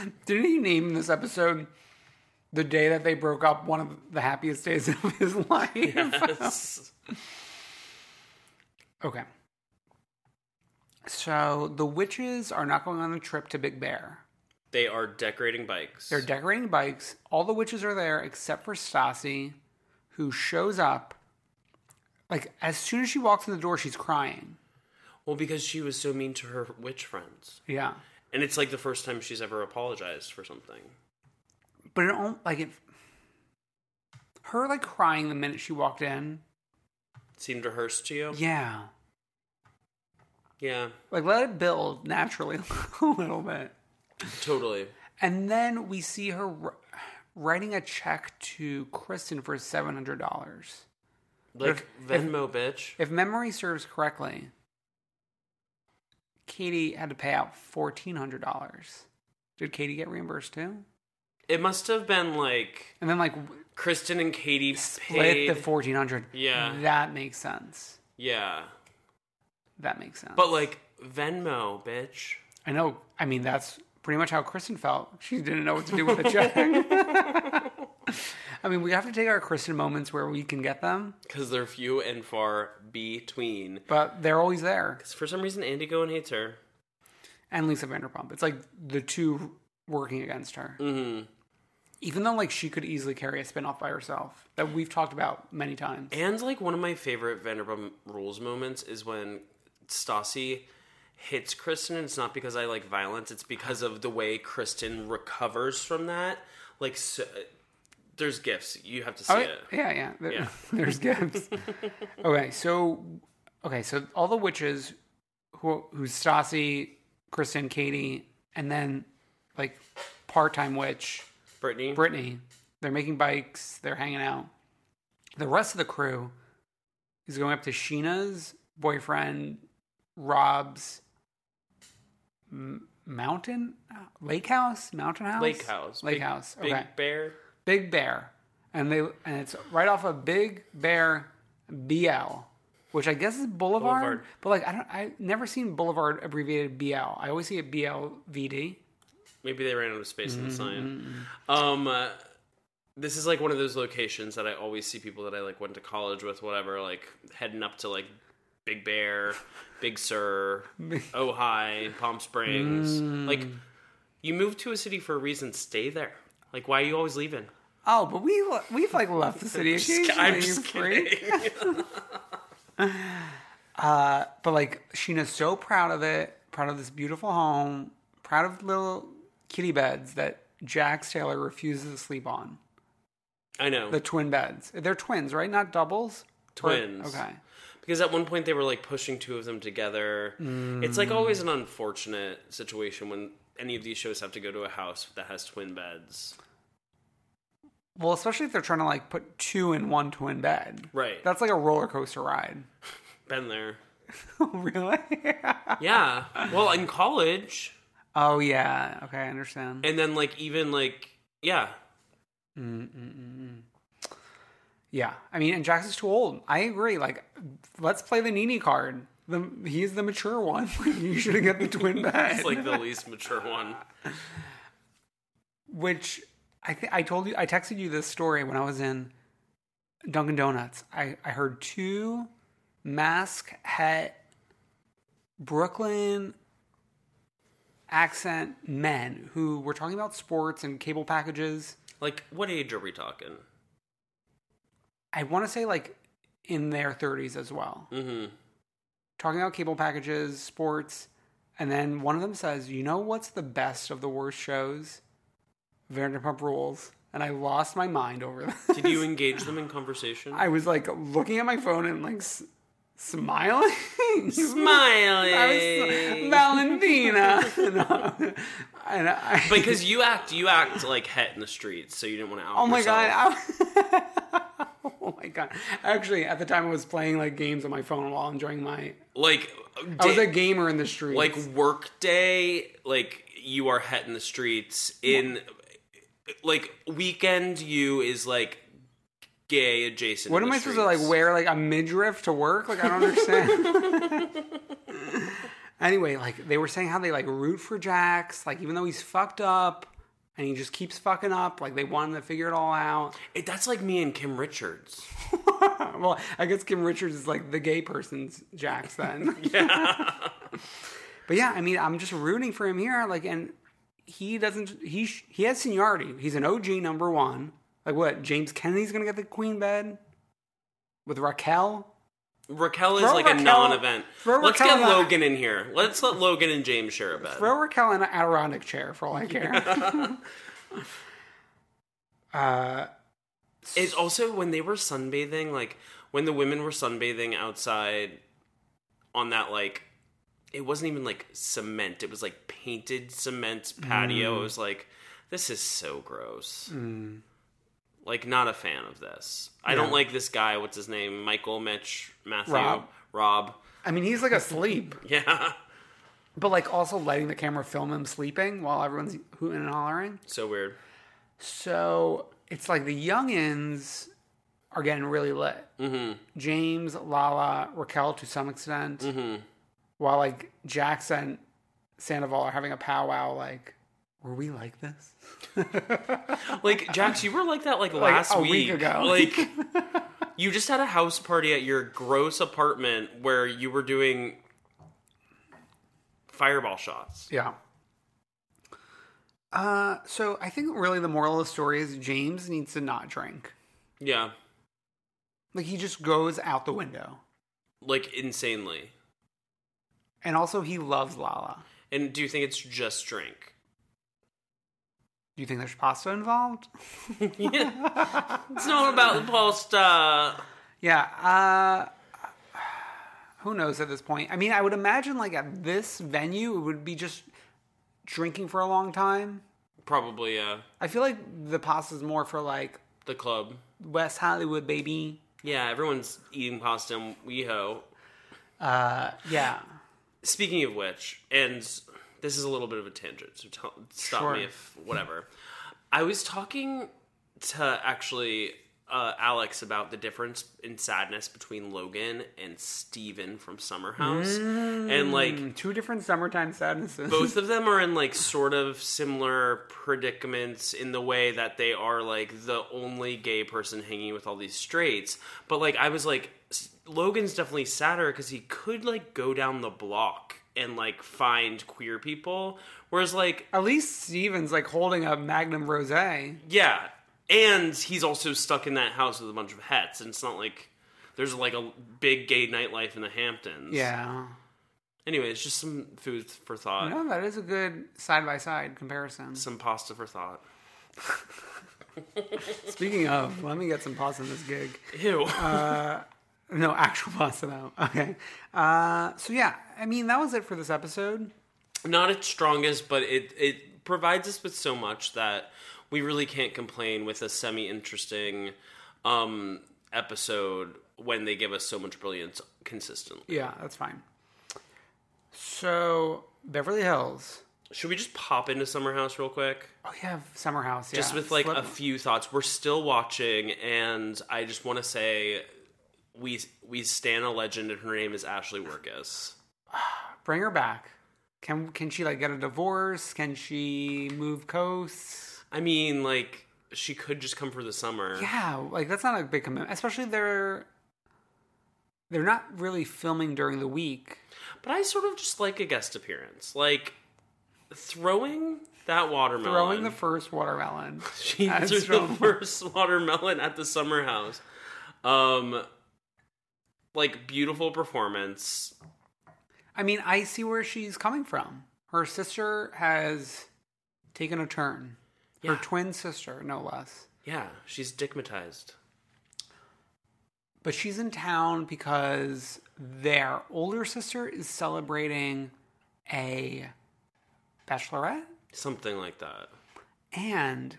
S1: Didn't he name this episode the day that they broke up one of the happiest days of his life?
S2: Yes.
S1: Okay. So the witches are not going on a trip to Big Bear.
S2: they are decorating bikes.
S1: They're decorating bikes. All the witches are there except for Stassi, who shows up. Like as soon as she walks in the door, she's crying.
S2: well, because she was so mean to her witch friends.
S1: Yeah,
S2: And it's like the first time she's ever apologized for something.
S1: but it only like it. Her like crying the minute she walked in.
S2: Seemed rehearsed to you?
S1: Yeah,
S2: Yeah,
S1: like let it build naturally a little bit,
S2: totally.
S1: and then we see her wr- writing a check to Kristen for seven hundred dollars.
S2: Like
S1: If- if-
S2: Venmo, bitch.
S1: If memory serves correctly, Katie had to pay out fourteen hundred dollars. Did Katie get reimbursed too?
S2: It must have been like
S1: And then like w-
S2: Kristen and Katie
S1: split
S2: paid.
S1: the fourteen hundred.
S2: Yeah.
S1: that makes sense.
S2: yeah,
S1: That makes sense.
S2: but like Venmo, bitch.
S1: I know. I mean, that's pretty much how Kristen felt. She didn't know what to do with the check. I mean, we have to take our Kristen moments where we can get them,
S2: Because they're few and far between.
S1: but they're always there.
S2: 'Cause for some reason, Andy Goen hates her.
S1: And Lisa Vanderpump. It's like the two working against her.
S2: Mm-hmm.
S1: even though like she could easily carry a spin-off by herself that we've talked about many times
S2: And like one of my favorite Vanderpump Rules moments is when Stassi hits Kristen, and it's not because I like violence; it's because of the way Kristen recovers from that. Like, so, there's gifts. You have to see
S1: Oh,
S2: it.
S1: yeah yeah, There-
S2: Yeah.
S1: there's gifts okay so okay so all the witches who who's stassi kristen katie and then like part-time witch
S2: Brittany.
S1: brittany they're making bikes they're hanging out the rest of the crew is going up to sheena's boyfriend rob's m- mountain lake house mountain house
S2: Lake House.
S1: lake
S2: Big-
S1: house okay
S2: Big Bear.
S1: Big Bear, and they and it's right off of Big Bear BL, which I guess is Boulevard,
S2: Boulevard.
S1: but like I don't, I never seen Boulevard abbreviated BL. I always see it BLVD.
S2: Maybe they ran out of space in the sign. Um, uh, this is like one of those locations that I always see people that I like went to college with, whatever, like heading up to like Big Bear, Big Sur, Ojai, Palm Springs. Like, you move to a city for a reason. Stay there. Like, why are you always leaving?
S1: Oh, but we we've like left the city
S2: Just ki-
S1: occasionally.
S2: I'm
S1: you
S2: just
S1: freak. Uh,
S2: kidding.
S1: But like Sheena's so proud of it, proud of this beautiful home, proud of little kitty beds that Jax Taylor refuses to sleep on.
S2: I know.
S1: The twin beds. They're twins, right? Not doubles? Or-
S2: Twins.
S1: okay.
S2: because at one point they were like pushing two of them together. It's like always an unfortunate situation when any of these shows have to go to a house that has twin beds.
S1: Well, especially if they're trying to like put two in one twin bed.
S2: Right.
S1: That's like a roller coaster ride.
S2: Been there.
S1: really?
S2: Yeah. Well, in college,
S1: oh yeah. Okay, I understand.
S2: and then like even like yeah,
S1: yeah. I mean, and Jax is too old. I agree. Like, let's play the Nini card. The, he's the mature one. you should have got the twin bed.
S2: it's like the least mature one.
S1: which I th- I told you I texted you this story when I was in Dunkin' Donuts. I I heard two mask hat Brooklyn accent men who were talking about sports and cable packages.
S2: Like what age are we talking?
S1: I want to say like in their 30s as well.
S2: Mm-hmm.
S1: Talking about cable packages, sports, and then one of them says, "You know what's the best of the worst shows? Vanderpump Rules." And I lost my mind over this.
S2: Did you engage them in conversation?
S1: I was like looking at my phone and like s- smiling.
S2: Smiling.
S1: I was, Valentina. and, I, and I,
S2: because you act you act like het in the streets, so you didn't want to out.
S1: oh my
S2: yourself.
S1: god. I- oh my god. Actually, at the time I was playing like games on my phone while enjoying my.
S2: Like
S1: I was
S2: da-
S1: a gamer in the street.
S2: like work day, like you are het in the streets. In like weekend, you is like gay adjacent.
S1: What
S2: in
S1: am
S2: the
S1: I supposed to like
S2: streets.
S1: wear like a midriff to work? Like I don't understand. anyway, like they were saying how they like root for Jax, like even though he's fucked up and he just keeps fucking up, like they want him to figure it all out.
S2: It, that's like me and Kim Richards.
S1: well, I guess Kim Richards is like the gay person's Jax then. yeah. but yeah, I mean, I'm just rooting for him here. Like, and he doesn't. He sh- he has seniority. He's an OG number one. Like what? James Kennedy's gonna get the queen bed with Raquel.
S2: Raquel is
S1: Throw
S2: like a
S1: Raquel-
S2: non-event.
S1: throw
S2: Let's
S1: Raquel
S2: get
S1: in the-
S2: Logan in here. Let's let Logan and James share a bed.
S1: Throw Raquel in an Adirondack chair for all I care. uh,
S2: It's also when they were sunbathing, like when the women were sunbathing outside on that like it wasn't even like cement, it was like painted cement
S1: Mm.
S2: patio. It was like this is so gross. Like not a fan of this. I don't like this guy, what's his name? Michael Mitch Matthew
S1: Rob.
S2: Rob.
S1: I mean, he's like asleep,
S2: Yeah.
S1: but like also letting the camera film him sleeping while everyone's hooting and hollering.
S2: so weird.
S1: So it's like the youngins are getting really lit.
S2: Mhm.
S1: James, Lala, Raquel to some extent, while like Jackson, Sandoval are having a powwow. Like, were we like this?
S2: Like Jax, you were like that like,
S1: Like,
S2: last
S1: a week ago.
S2: Like you just had a house party at your gross apartment where you were doing fireball shots.
S1: Yeah. Uh, so I think really the moral of the story is James needs to not drink.
S2: Yeah,
S1: Like he just goes out the window,
S2: like insanely.
S1: and also he loves Lala.
S2: And do you think it's just drink?
S1: Do you think there's pasta involved?
S2: yeah. It's not about the pasta.
S1: Yeah. Uh, who knows at this point? I mean, I would imagine like at this venue, it would be just drinking for a long time.
S2: Probably uh,
S1: I feel like the pasta's more for like
S2: the club.
S1: West Hollywood, baby.
S2: Yeah, everyone's eating pasta in WeHo.
S1: Uh, yeah.
S2: Speaking of which, and this is a little bit of a tangent, so tell, stop
S1: Sure.
S2: me if whatever. I was talking to actually uh, Alex about the difference in sadness between Logan and Steven from Summer House. And like
S1: Mm, two different summertime sadnesses.
S2: both of them are in like sort of similar predicaments in the way that they are like the only gay person hanging with all these straights but like i was like S- logan's definitely sadder because he could like go down the block and like find queer people whereas like
S1: At least Steven's like holding a Magnum Rosé.
S2: yeah and he's also stuck in that house with a bunch of hets and it's not like there's like a big gay nightlife in the hamptons
S1: Yeah.
S2: anyway it's just some food for thought
S1: No, that is a good side by side comparison.
S2: some pasta for thought
S1: Speaking of, let me get some pasta in this gig.
S2: ew
S1: No, actual pasta though. Okay. Uh, so yeah, I mean that was it for this episode.
S2: not its strongest, but it it provides us with so much that we really can't complain with a semi interesting um, episode when they give us so much brilliance consistently.
S1: Yeah, that's fine. So Beverly Hills.
S2: Should we just pop into Summer House real quick?
S1: Oh yeah, Summer House. Yeah.
S2: Just with like
S1: Slip-
S2: a few thoughts. We're still watching, and I just want to say we we stand a legend, and her name is Ashley Workus.
S1: bring her back. Can can she like get a divorce? Can she move coasts?
S2: I mean, like she could just come for the summer.
S1: Yeah, like that's not a big commitment. Especially they're they're not really filming during the week.
S2: But I sort of just like a guest appearance. Like throwing that watermelon.
S1: Throwing the first watermelon.
S2: she
S1: That's
S2: threw the
S1: wrong.
S2: first watermelon at the summer house. Um like beautiful performance.
S1: I mean, I see where she's coming from. Her sister has taken a turn.
S2: Yeah.
S1: Her twin sister, no less.
S2: Yeah, she's digmatized.
S1: But she's in town because their older sister is celebrating a bachelorette
S2: Something like that.
S1: and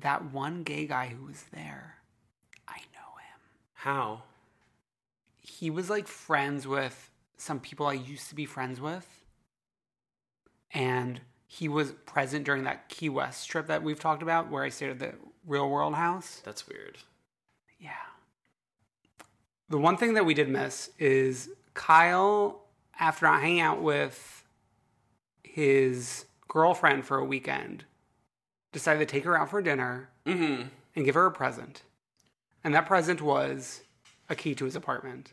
S1: that one gay guy who was there. I know him.
S2: How?
S1: He was like friends with some people I used to be friends with. And he was present during that Key West trip that we've talked about where I stayed at the real world house.
S2: That's weird.
S1: Yeah. The one thing that we did miss is Kyle, after I hang out with his girlfriend for a weekend, decided to take her out for dinner
S2: Mm-hmm.
S1: and give her a present. And that present was a key to his apartment.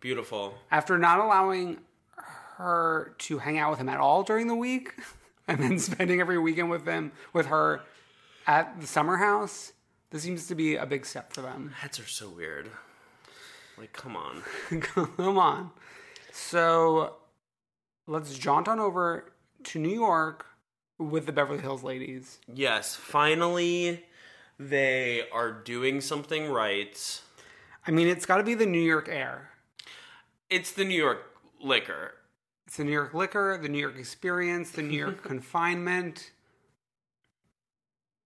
S2: Beautiful.
S1: After not allowing her to hang out with him at all during the week, and then spending every weekend with them with her at the summer house, this seems to be a big step for them.
S2: Hats are so weird. Like, come on.
S1: Come on. So let's jaunt on over to New York with the Beverly Hills ladies.
S2: Yes, finally they are doing something right.
S1: I mean, it's got to be the New York air.
S2: It's the New York liquor.
S1: It's the New York liquor, the New York experience, the New York confinement.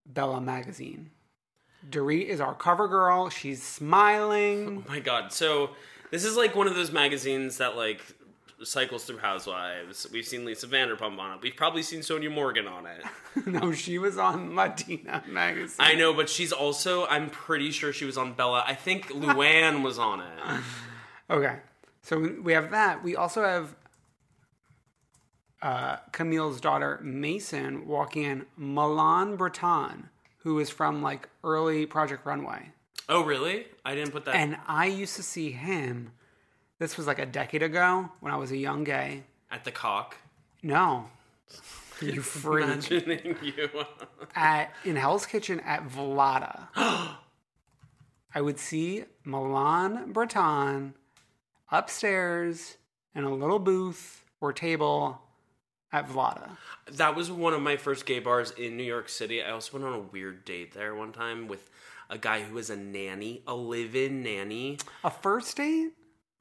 S1: Bella magazine. Dorit is our cover girl. She's smiling.
S2: Oh my god so this is like one of those magazines that like cycles through housewives we've seen lisa vanderpump on it we've probably seen sonia morgan on it
S1: no, she was on Latina magazine.
S2: i know but she's also i'm pretty sure she was on bella i think luann was on it
S1: Okay. So we have that. We also have uh, Camille's daughter, Mason, walking in Milan Breton, who is from like early Project Runway.
S2: oh really i didn't put that
S1: And I used to see him, this was like a decade ago when I was a young gay.
S2: at the cock
S1: No. You freak.
S2: imagining you
S1: At, in Hell's Kitchen at Velada. I would see Milan Breton upstairs in a little booth or table at Vlada.
S2: that was one of my first gay bars in new york city i also went on a weird date there one time with a guy who was a nanny a live-in nanny
S1: A first date?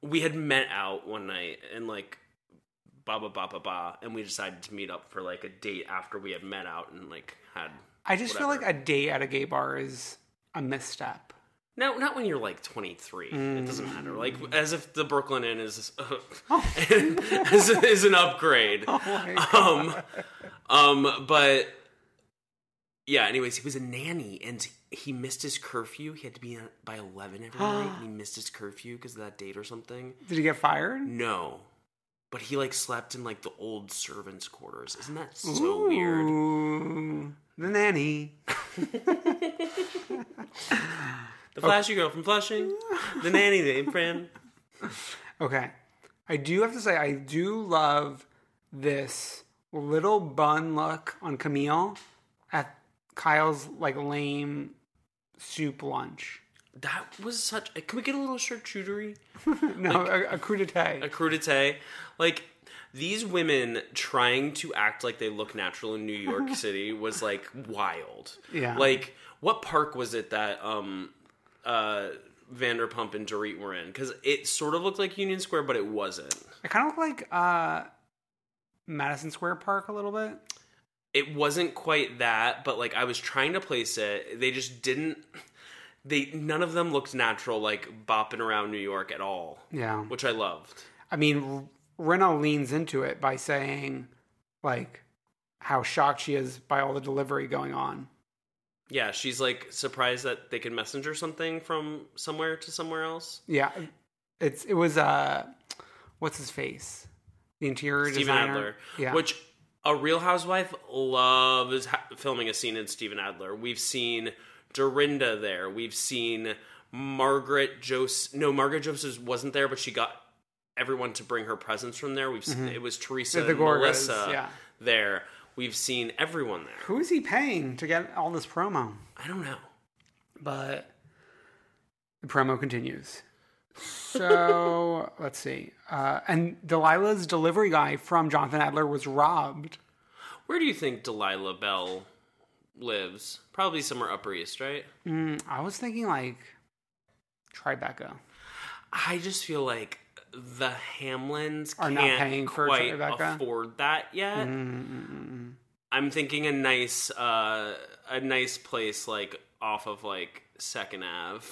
S2: we had met out one night and like ba ba ba ba ba and we decided to meet up for like a date after we had met out and like had
S1: I just feel
S2: Whatever.
S1: like a date at a gay bar is a misstep.
S2: no not when you're like 23 it doesn't matter
S1: Mm.
S2: like as if the brooklyn inn is
S1: Oh.
S2: is, is an upgrade um um but yeah anyways he was a nanny and he missed his curfew. He had to be in by eleven every night, and he missed his curfew because of that date or something.
S1: Did he get fired?
S2: No, but he like slept in like the old servants' quarters. Isn't that so weird?
S1: Ooh, the nanny.
S2: The flashy girl from Flushing, the nanny, the imprint.
S1: Okay. I do have to say, I do love this little bun look on Camille at Kyle's like lame soup lunch.
S2: That was such. Can we get a little charcuterie?
S1: No, a, a crudité.
S2: a crudité. Like these women trying to act like they look natural in New York City was like wild.
S1: Yeah.
S2: Like what park was it that um uh Vanderpump and Dorit were in? Because it sort of looked like Union Square, but it wasn't.
S1: I kind of look like uh, Madison Square Park a little bit.
S2: It wasn't quite that, but like I was trying to place it. They just didn't. They none of them looked natural, like bopping around New York at all,
S1: Yeah.
S2: which I loved.
S1: I mean, Rena leans into it by saying, like, how shocked she is by all the delivery going on.
S2: Yeah, she's like surprised that they can messenger something from somewhere to somewhere else.
S1: Yeah, it's it was uh, what's his face, the interior
S2: Steven
S1: designer.
S2: Adler.
S1: Yeah,
S2: Which a Real Housewife loves ha- filming a scene in Steven Adler. We've seen Dorinda there. We've seen Margaret Joseph. No, Margaret Joseph wasn't there, but she got everyone to bring her presents from there. We've seen it was Teresa
S1: Mm-hmm. The
S2: and
S1: Gorgas,
S2: Melissa
S1: yeah.
S2: there. We've seen everyone there.
S1: who is he paying to get all this promo?
S2: I don't know.
S1: But the promo continues. So let's see. Uh, and Delilah's delivery guy from Jonathan Adler was robbed.
S2: Where do you think Delilah Bell lives? Probably somewhere Upper East, right?
S1: Mm, I was thinking like Tribeca.
S2: I just feel like the Hamlins
S1: Are
S2: can't
S1: not paying for
S2: quite
S1: Tribeca?
S2: afford that yet.
S1: Mm-hmm.
S2: I'm thinking a nice, uh, a nice place like off of like Second Ave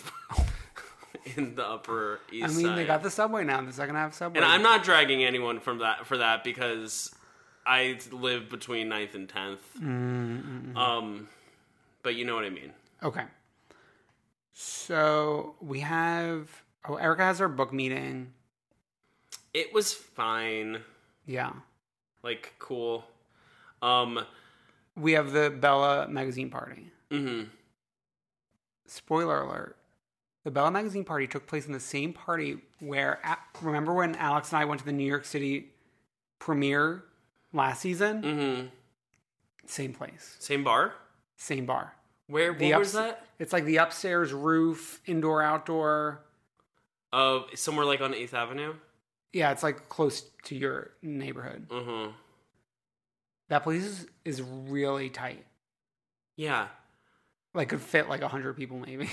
S2: in the Upper East
S1: I mean, they
S2: Side.
S1: got the subway now. The second half subway.
S2: and I'm not dragging anyone from that for that because I live between 9th and 10th.
S1: Mm-hmm.
S2: Um, but you know what I mean.
S1: Okay. So we have. Oh, Erica has her book meeting.
S2: It was fine,
S1: Yeah.
S2: like cool. Um,
S1: We have the Bella magazine party.
S2: hmm
S1: Spoiler alert. The Bella magazine party took place in the same party where, A- remember when Alex and I went to the New York City premiere last season?
S2: hmm
S1: Same place,
S2: Same bar.
S1: same bar.
S2: Where what
S1: The
S2: was
S1: ups-
S2: that?
S1: It's like the upstairs roof, indoor, outdoor.
S2: Uh, somewhere like on Eighth Avenue.
S1: Yeah, it's like close to your neighborhood.
S2: Mm-hmm.
S1: That place is, is really tight.
S2: Yeah,
S1: like could fit like 100 people maybe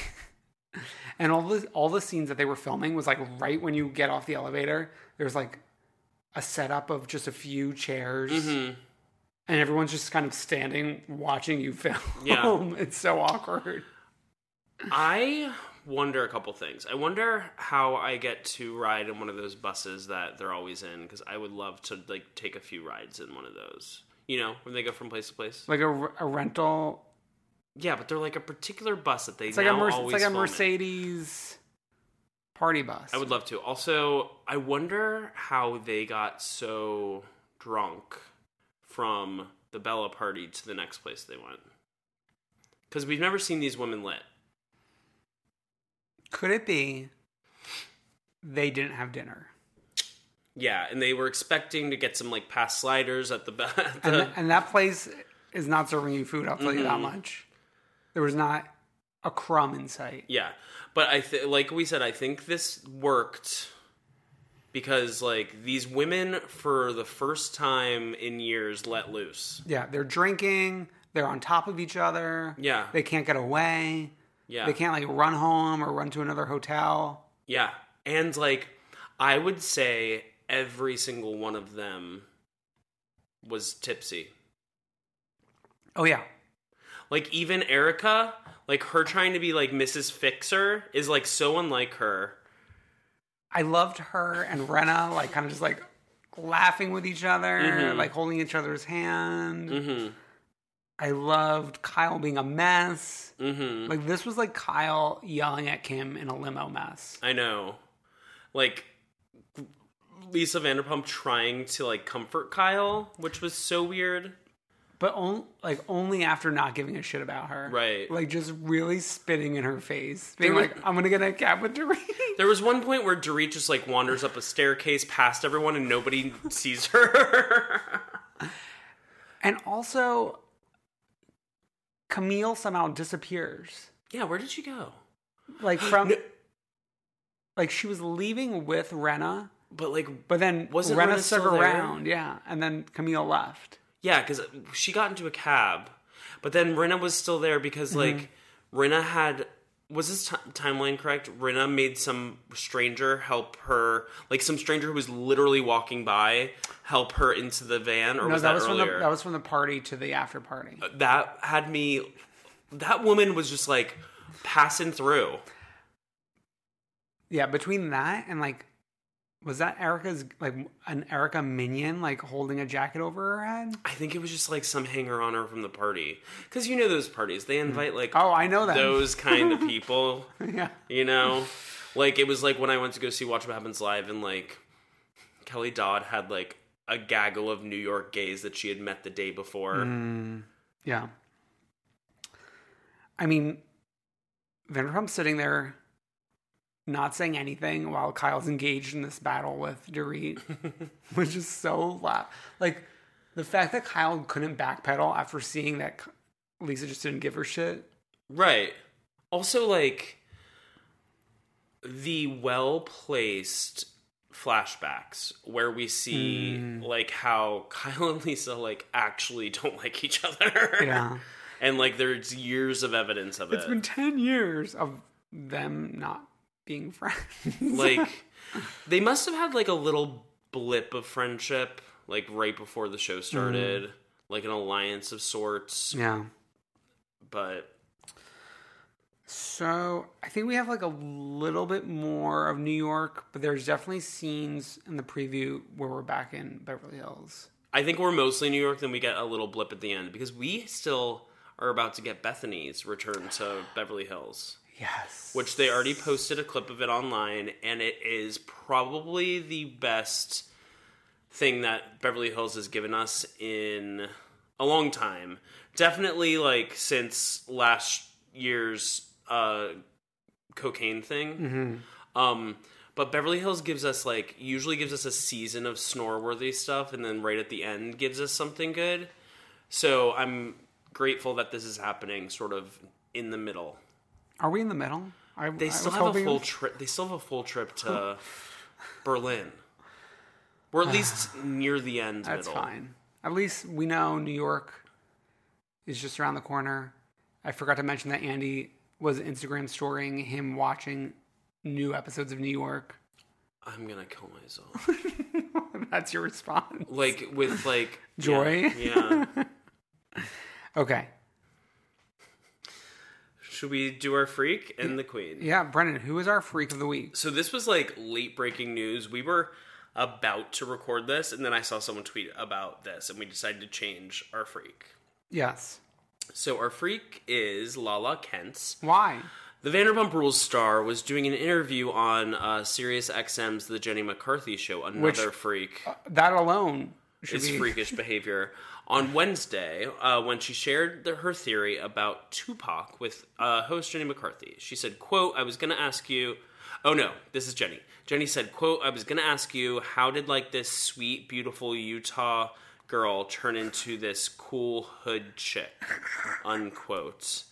S1: and all the all the scenes that they were filming was like right when you get off the elevator there's like a setup of just a few chairs
S2: Mm-hmm.
S1: and everyone's just kind of standing watching you film
S2: Yeah.
S1: it's so awkward
S2: I wonder a couple things. I wonder how I get to ride in one of those buses that they're always in because I would love to like take a few rides in one of those. You know, when they go from place to place.
S1: like a, r- a rental
S2: Yeah, but they're like a particular bus that they
S1: it's like a,
S2: now
S1: Mer- it's
S2: always
S1: like a
S2: film in.
S1: mercedes party bus
S2: I would love to. Also, I wonder how they got so drunk from the Bella party to the next place they went. Because we've never seen these women lit.
S1: could it be they didn't have dinner
S2: Yeah, and they were expecting to get some like past sliders at the back.
S1: and, th- and that place is not serving you food. I'll tell you that
S2: Mm-hmm.
S1: much. There was not a crumb in sight.
S2: yeah, but I th- like we said, I think this worked because like these women for the first time in years let loose.
S1: Yeah, they're drinking. They're on top of each other.
S2: Yeah.
S1: they can't get away.
S2: Yeah,
S1: They can't like run home or run to another hotel.
S2: Yeah. And like I would say every single one of them was tipsy.
S1: Oh yeah,
S2: Like even Erica, like her trying to be like Mrs. Fixer is like so unlike her.
S1: I loved her and Rena like kind of just like
S2: Mm-hmm.
S1: laughing with each other, like holding each other's hand.
S2: Mhm.
S1: I I loved Kyle being a mess. Mm-hmm. Like this was like Kyle yelling at Kim in a limo mess.
S2: I know. Like Lisa Vanderpump trying to like comfort Kyle, which was so weird.
S1: But on, like only after not giving a shit about her,
S2: Right.
S1: Like just really spitting in her face, being like, "I'm gonna get in a cab with Doreen."
S2: There was one point where Dorit just like wanders up a staircase past everyone and nobody sees her.
S1: and also, Camille somehow disappears.
S2: yeah, where did she go?
S1: Like from, like she was leaving with Rena,
S2: But like,
S1: but then
S2: Wasn't
S1: Rena
S2: Rena
S1: stuck
S2: still there?
S1: around, yeah, and then Camille left.
S2: yeah, because she got into a cab, but then Rena was still there because
S1: Mm-hmm.
S2: like Rena had was this ti timeline correct? Rena made some stranger help her, like some stranger who was literally walking by, help her into the van, or
S1: no,
S2: was that,
S1: that, was
S2: earlier? Uh,
S1: from the that was from the party to the after party.
S2: that had me that woman was just like passing through
S1: Yeah, between that and like, was that Erica's like an Erica minion like holding a jacket over her head?
S2: i think it was just like some hanger on her from the party because you know those parties they invite like
S1: Oh, I know that.
S2: those kind of people
S1: yeah,
S2: you know like it was like when i went to go see watch what happens live and like kelly dodd had like a gaggle of new york gays that she had met the day before
S1: Mm. yeah. I mean, Vanderpump's sitting there, not saying anything while Kyle's engaged in this battle with Dorit, which is so loud. Like the fact that Kyle couldn't backpedal after seeing that Lisa just didn't give her shit.
S2: Right. Also, like the well placed flashbacks where we see
S1: Mm.
S2: like how Kyle and Lisa like actually don't like each other.
S1: Yeah.
S2: And like there's years of evidence of
S1: It's
S2: it.
S1: been 10 years of them not being friends.
S2: like they must have had like a little blip of friendship like right before the show started, like an alliance of sorts,
S1: yeah.
S2: but
S1: So I think we have like a little bit more of New York, but there's definitely scenes in the preview where we're back in Beverly Hills.
S2: I think we're mostly New York, then we get a little blip at the end because we still are about to get Bethany's return to Beverly Hills,
S1: Yes.
S2: which they already posted a clip of it online, and it is probably the best thing that Beverly Hills has given us in a long time. Definitely like since last year's uh, cocaine thing. Um, but Beverly Hills gives us like usually gives us a season of snore-worthy stuff, and then right at the end gives us something good. So I'm grateful that this is happening sort of in the middle.
S1: Are we in the middle? I,
S2: They
S1: I
S2: still
S1: was
S2: have a
S1: hoping-
S2: full trip. They still have a full trip to Berlin, or at least near the end.
S1: That's
S2: middle.
S1: fine. At least we know New York is just around the corner. I forgot to mention that Andy was Instagram storying him watching new episodes of New York.
S2: I'm gonna kill myself.
S1: That's your response.
S2: like with like
S1: Joy?
S2: Yeah, yeah.
S1: Okay.
S2: Should we do our freak and the queen?
S1: Yeah, Brennan, who is our freak of the week?
S2: So this was like late breaking news. We were about to record this, and then I saw someone tweet about this, and we decided to change our freak.
S1: Yes.
S2: So our freak is Lala Kent.
S1: Why?
S2: The Vanderpump Rules star was doing an interview on uh, Sirius XM's The Jenny McCarthy Show, another
S1: Which-
S2: freak.
S1: That alone should
S2: It's
S1: be
S2: freakish behavior on Wednesday uh, when she shared the, her theory about Tupac with uh, host Jenny McCarthy. She said, "quote I was going to ask you." Oh no, this is Jenny. Jenny said, "quote I was going to ask you how did like this sweet, beautiful Utah girl turn into this cool hood chick?" Unquote.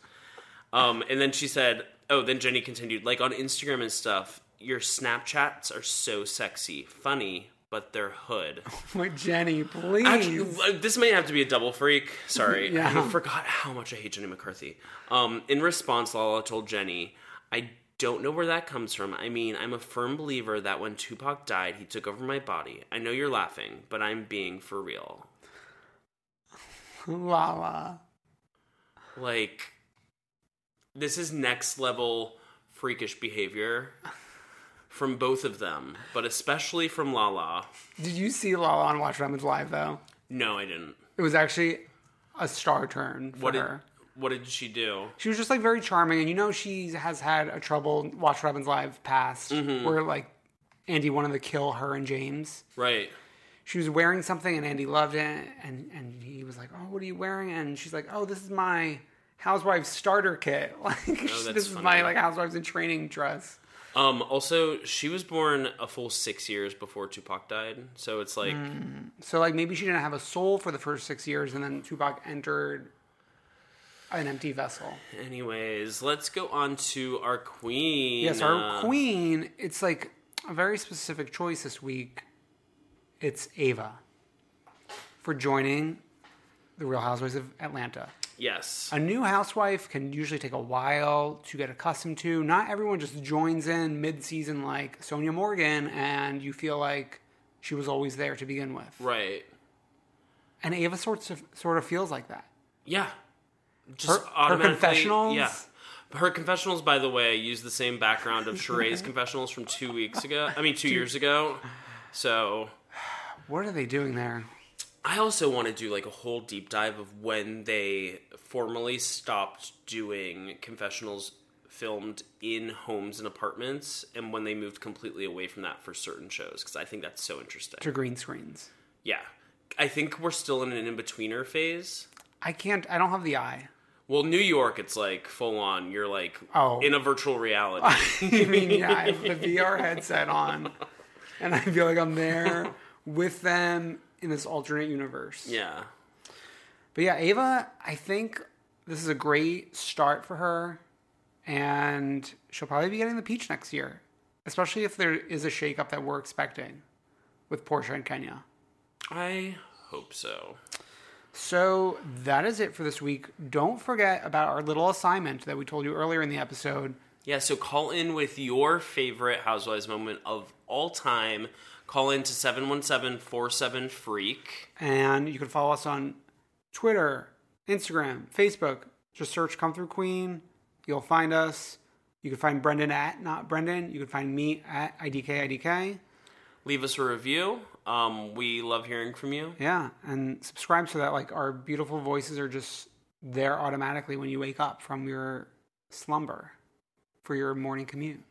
S2: Um, and then she said, "Oh." Then Jenny continued, "Like on Instagram and stuff, your Snapchats are so sexy, funny, but they're hood."
S1: Wait, Jenny, please.
S2: Actually, uh, this may have to be a double freak. Sorry,
S1: Yeah.
S2: I forgot how much I hate Jenny McCarthy. Um, in response, Lala told Jenny, "I don't know where that comes from. I mean, I'm a firm believer that when Tupac died, he took over my body. I know you're laughing, but I'm being for real.
S1: Lala.
S2: Like, this is next level freakish behavior." From both of them, but especially from Lala.
S1: Did you see Lala on Watch What Happens Live though?
S2: No, I didn't.
S1: It was actually a star turn for
S2: What did
S1: her.
S2: what did she do?
S1: She was just like very charming, and you know she has had a troubled Watch What Happens Live past
S2: Mm-hmm.
S1: where like Andy wanted to kill her and James.
S2: Right.
S1: She was wearing something, and Andy loved it, and and he was like, "Oh, what are you wearing?" And she's like, "Oh, this is my housewife starter kit. Like this
S2: Oh, that's
S1: is
S2: funny.
S1: my like housewives in training dress."
S2: Um. Also, she was born a full six years before Tupac died, so it's like
S1: Hmm. So like maybe she didn't have a soul for the first six years, and then Tupac entered an empty vessel.
S2: Anyways, let's go on to our queen.
S1: Yes, our
S2: Uh,
S1: queen. It's like a very specific choice this week. It's Ava for joining the Real Housewives of Atlanta.
S2: Yes.
S1: A new housewife can usually take a while to get accustomed to. Not everyone just joins in mid-season like Sonia Morgan, and you feel like she was always there to begin with.
S2: Right.
S1: And Ava sort of sort of feels like that.
S2: Yeah. Just
S1: Her- her
S2: automatically-
S1: confessionals?
S2: Yeah. Her confessionals, by the way, use the same background of Sheree's confessionals from two weeks ago. I mean, two years ago. So
S1: What are they doing there?
S2: I also want to do like a whole deep dive of when they formally stopped doing confessionals filmed in homes and apartments and when they moved completely away from that for certain shows because I think that's so interesting.
S1: To green screens.
S2: Yeah. I think we're still in an in betweener phase.
S1: I can't. I don't have the eye.
S2: Well, New York, it's like full on. You're like
S1: Oh.
S2: in a virtual reality.
S1: I mean, yeah, I have the VR headset on, and I feel like I'm there with them in this alternate universe.
S2: yeah.
S1: But yeah, Ava, I think this is a great start for her, and she'll probably be getting the peach next year, especially if there is a shakeup that we're expecting with Portia and Kenya.
S2: I hope so.
S1: So that is it for this week. Don't forget about our little assignment that we told you earlier in the episode.
S2: Yeah, so call in with your favorite Housewives moment of all time. Call in to 717 47 Freak.
S1: And you can follow us on Twitter, Instagram, Facebook. Just search Come Through Queen. You'll find us. You can find Brendan at not Brendan. You can find me at IDKIDK.
S2: Leave us a review. Um, we love hearing from you.
S1: Yeah. And subscribe so that like our beautiful voices are just there automatically when you wake up from your slumber for your morning commute.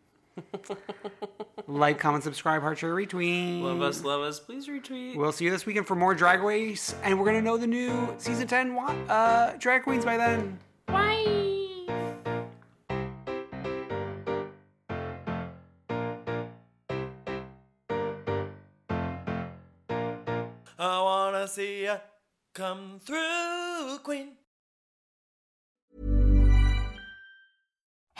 S1: like, comment, subscribe, heart share, retweet.
S2: Love us, love us. Please retweet.
S1: We'll see you this weekend for more Drag Race, and we're gonna know the new season ten wa- uh, drag queens by then.
S4: Bye.
S5: I wanna see ya come through, Queen.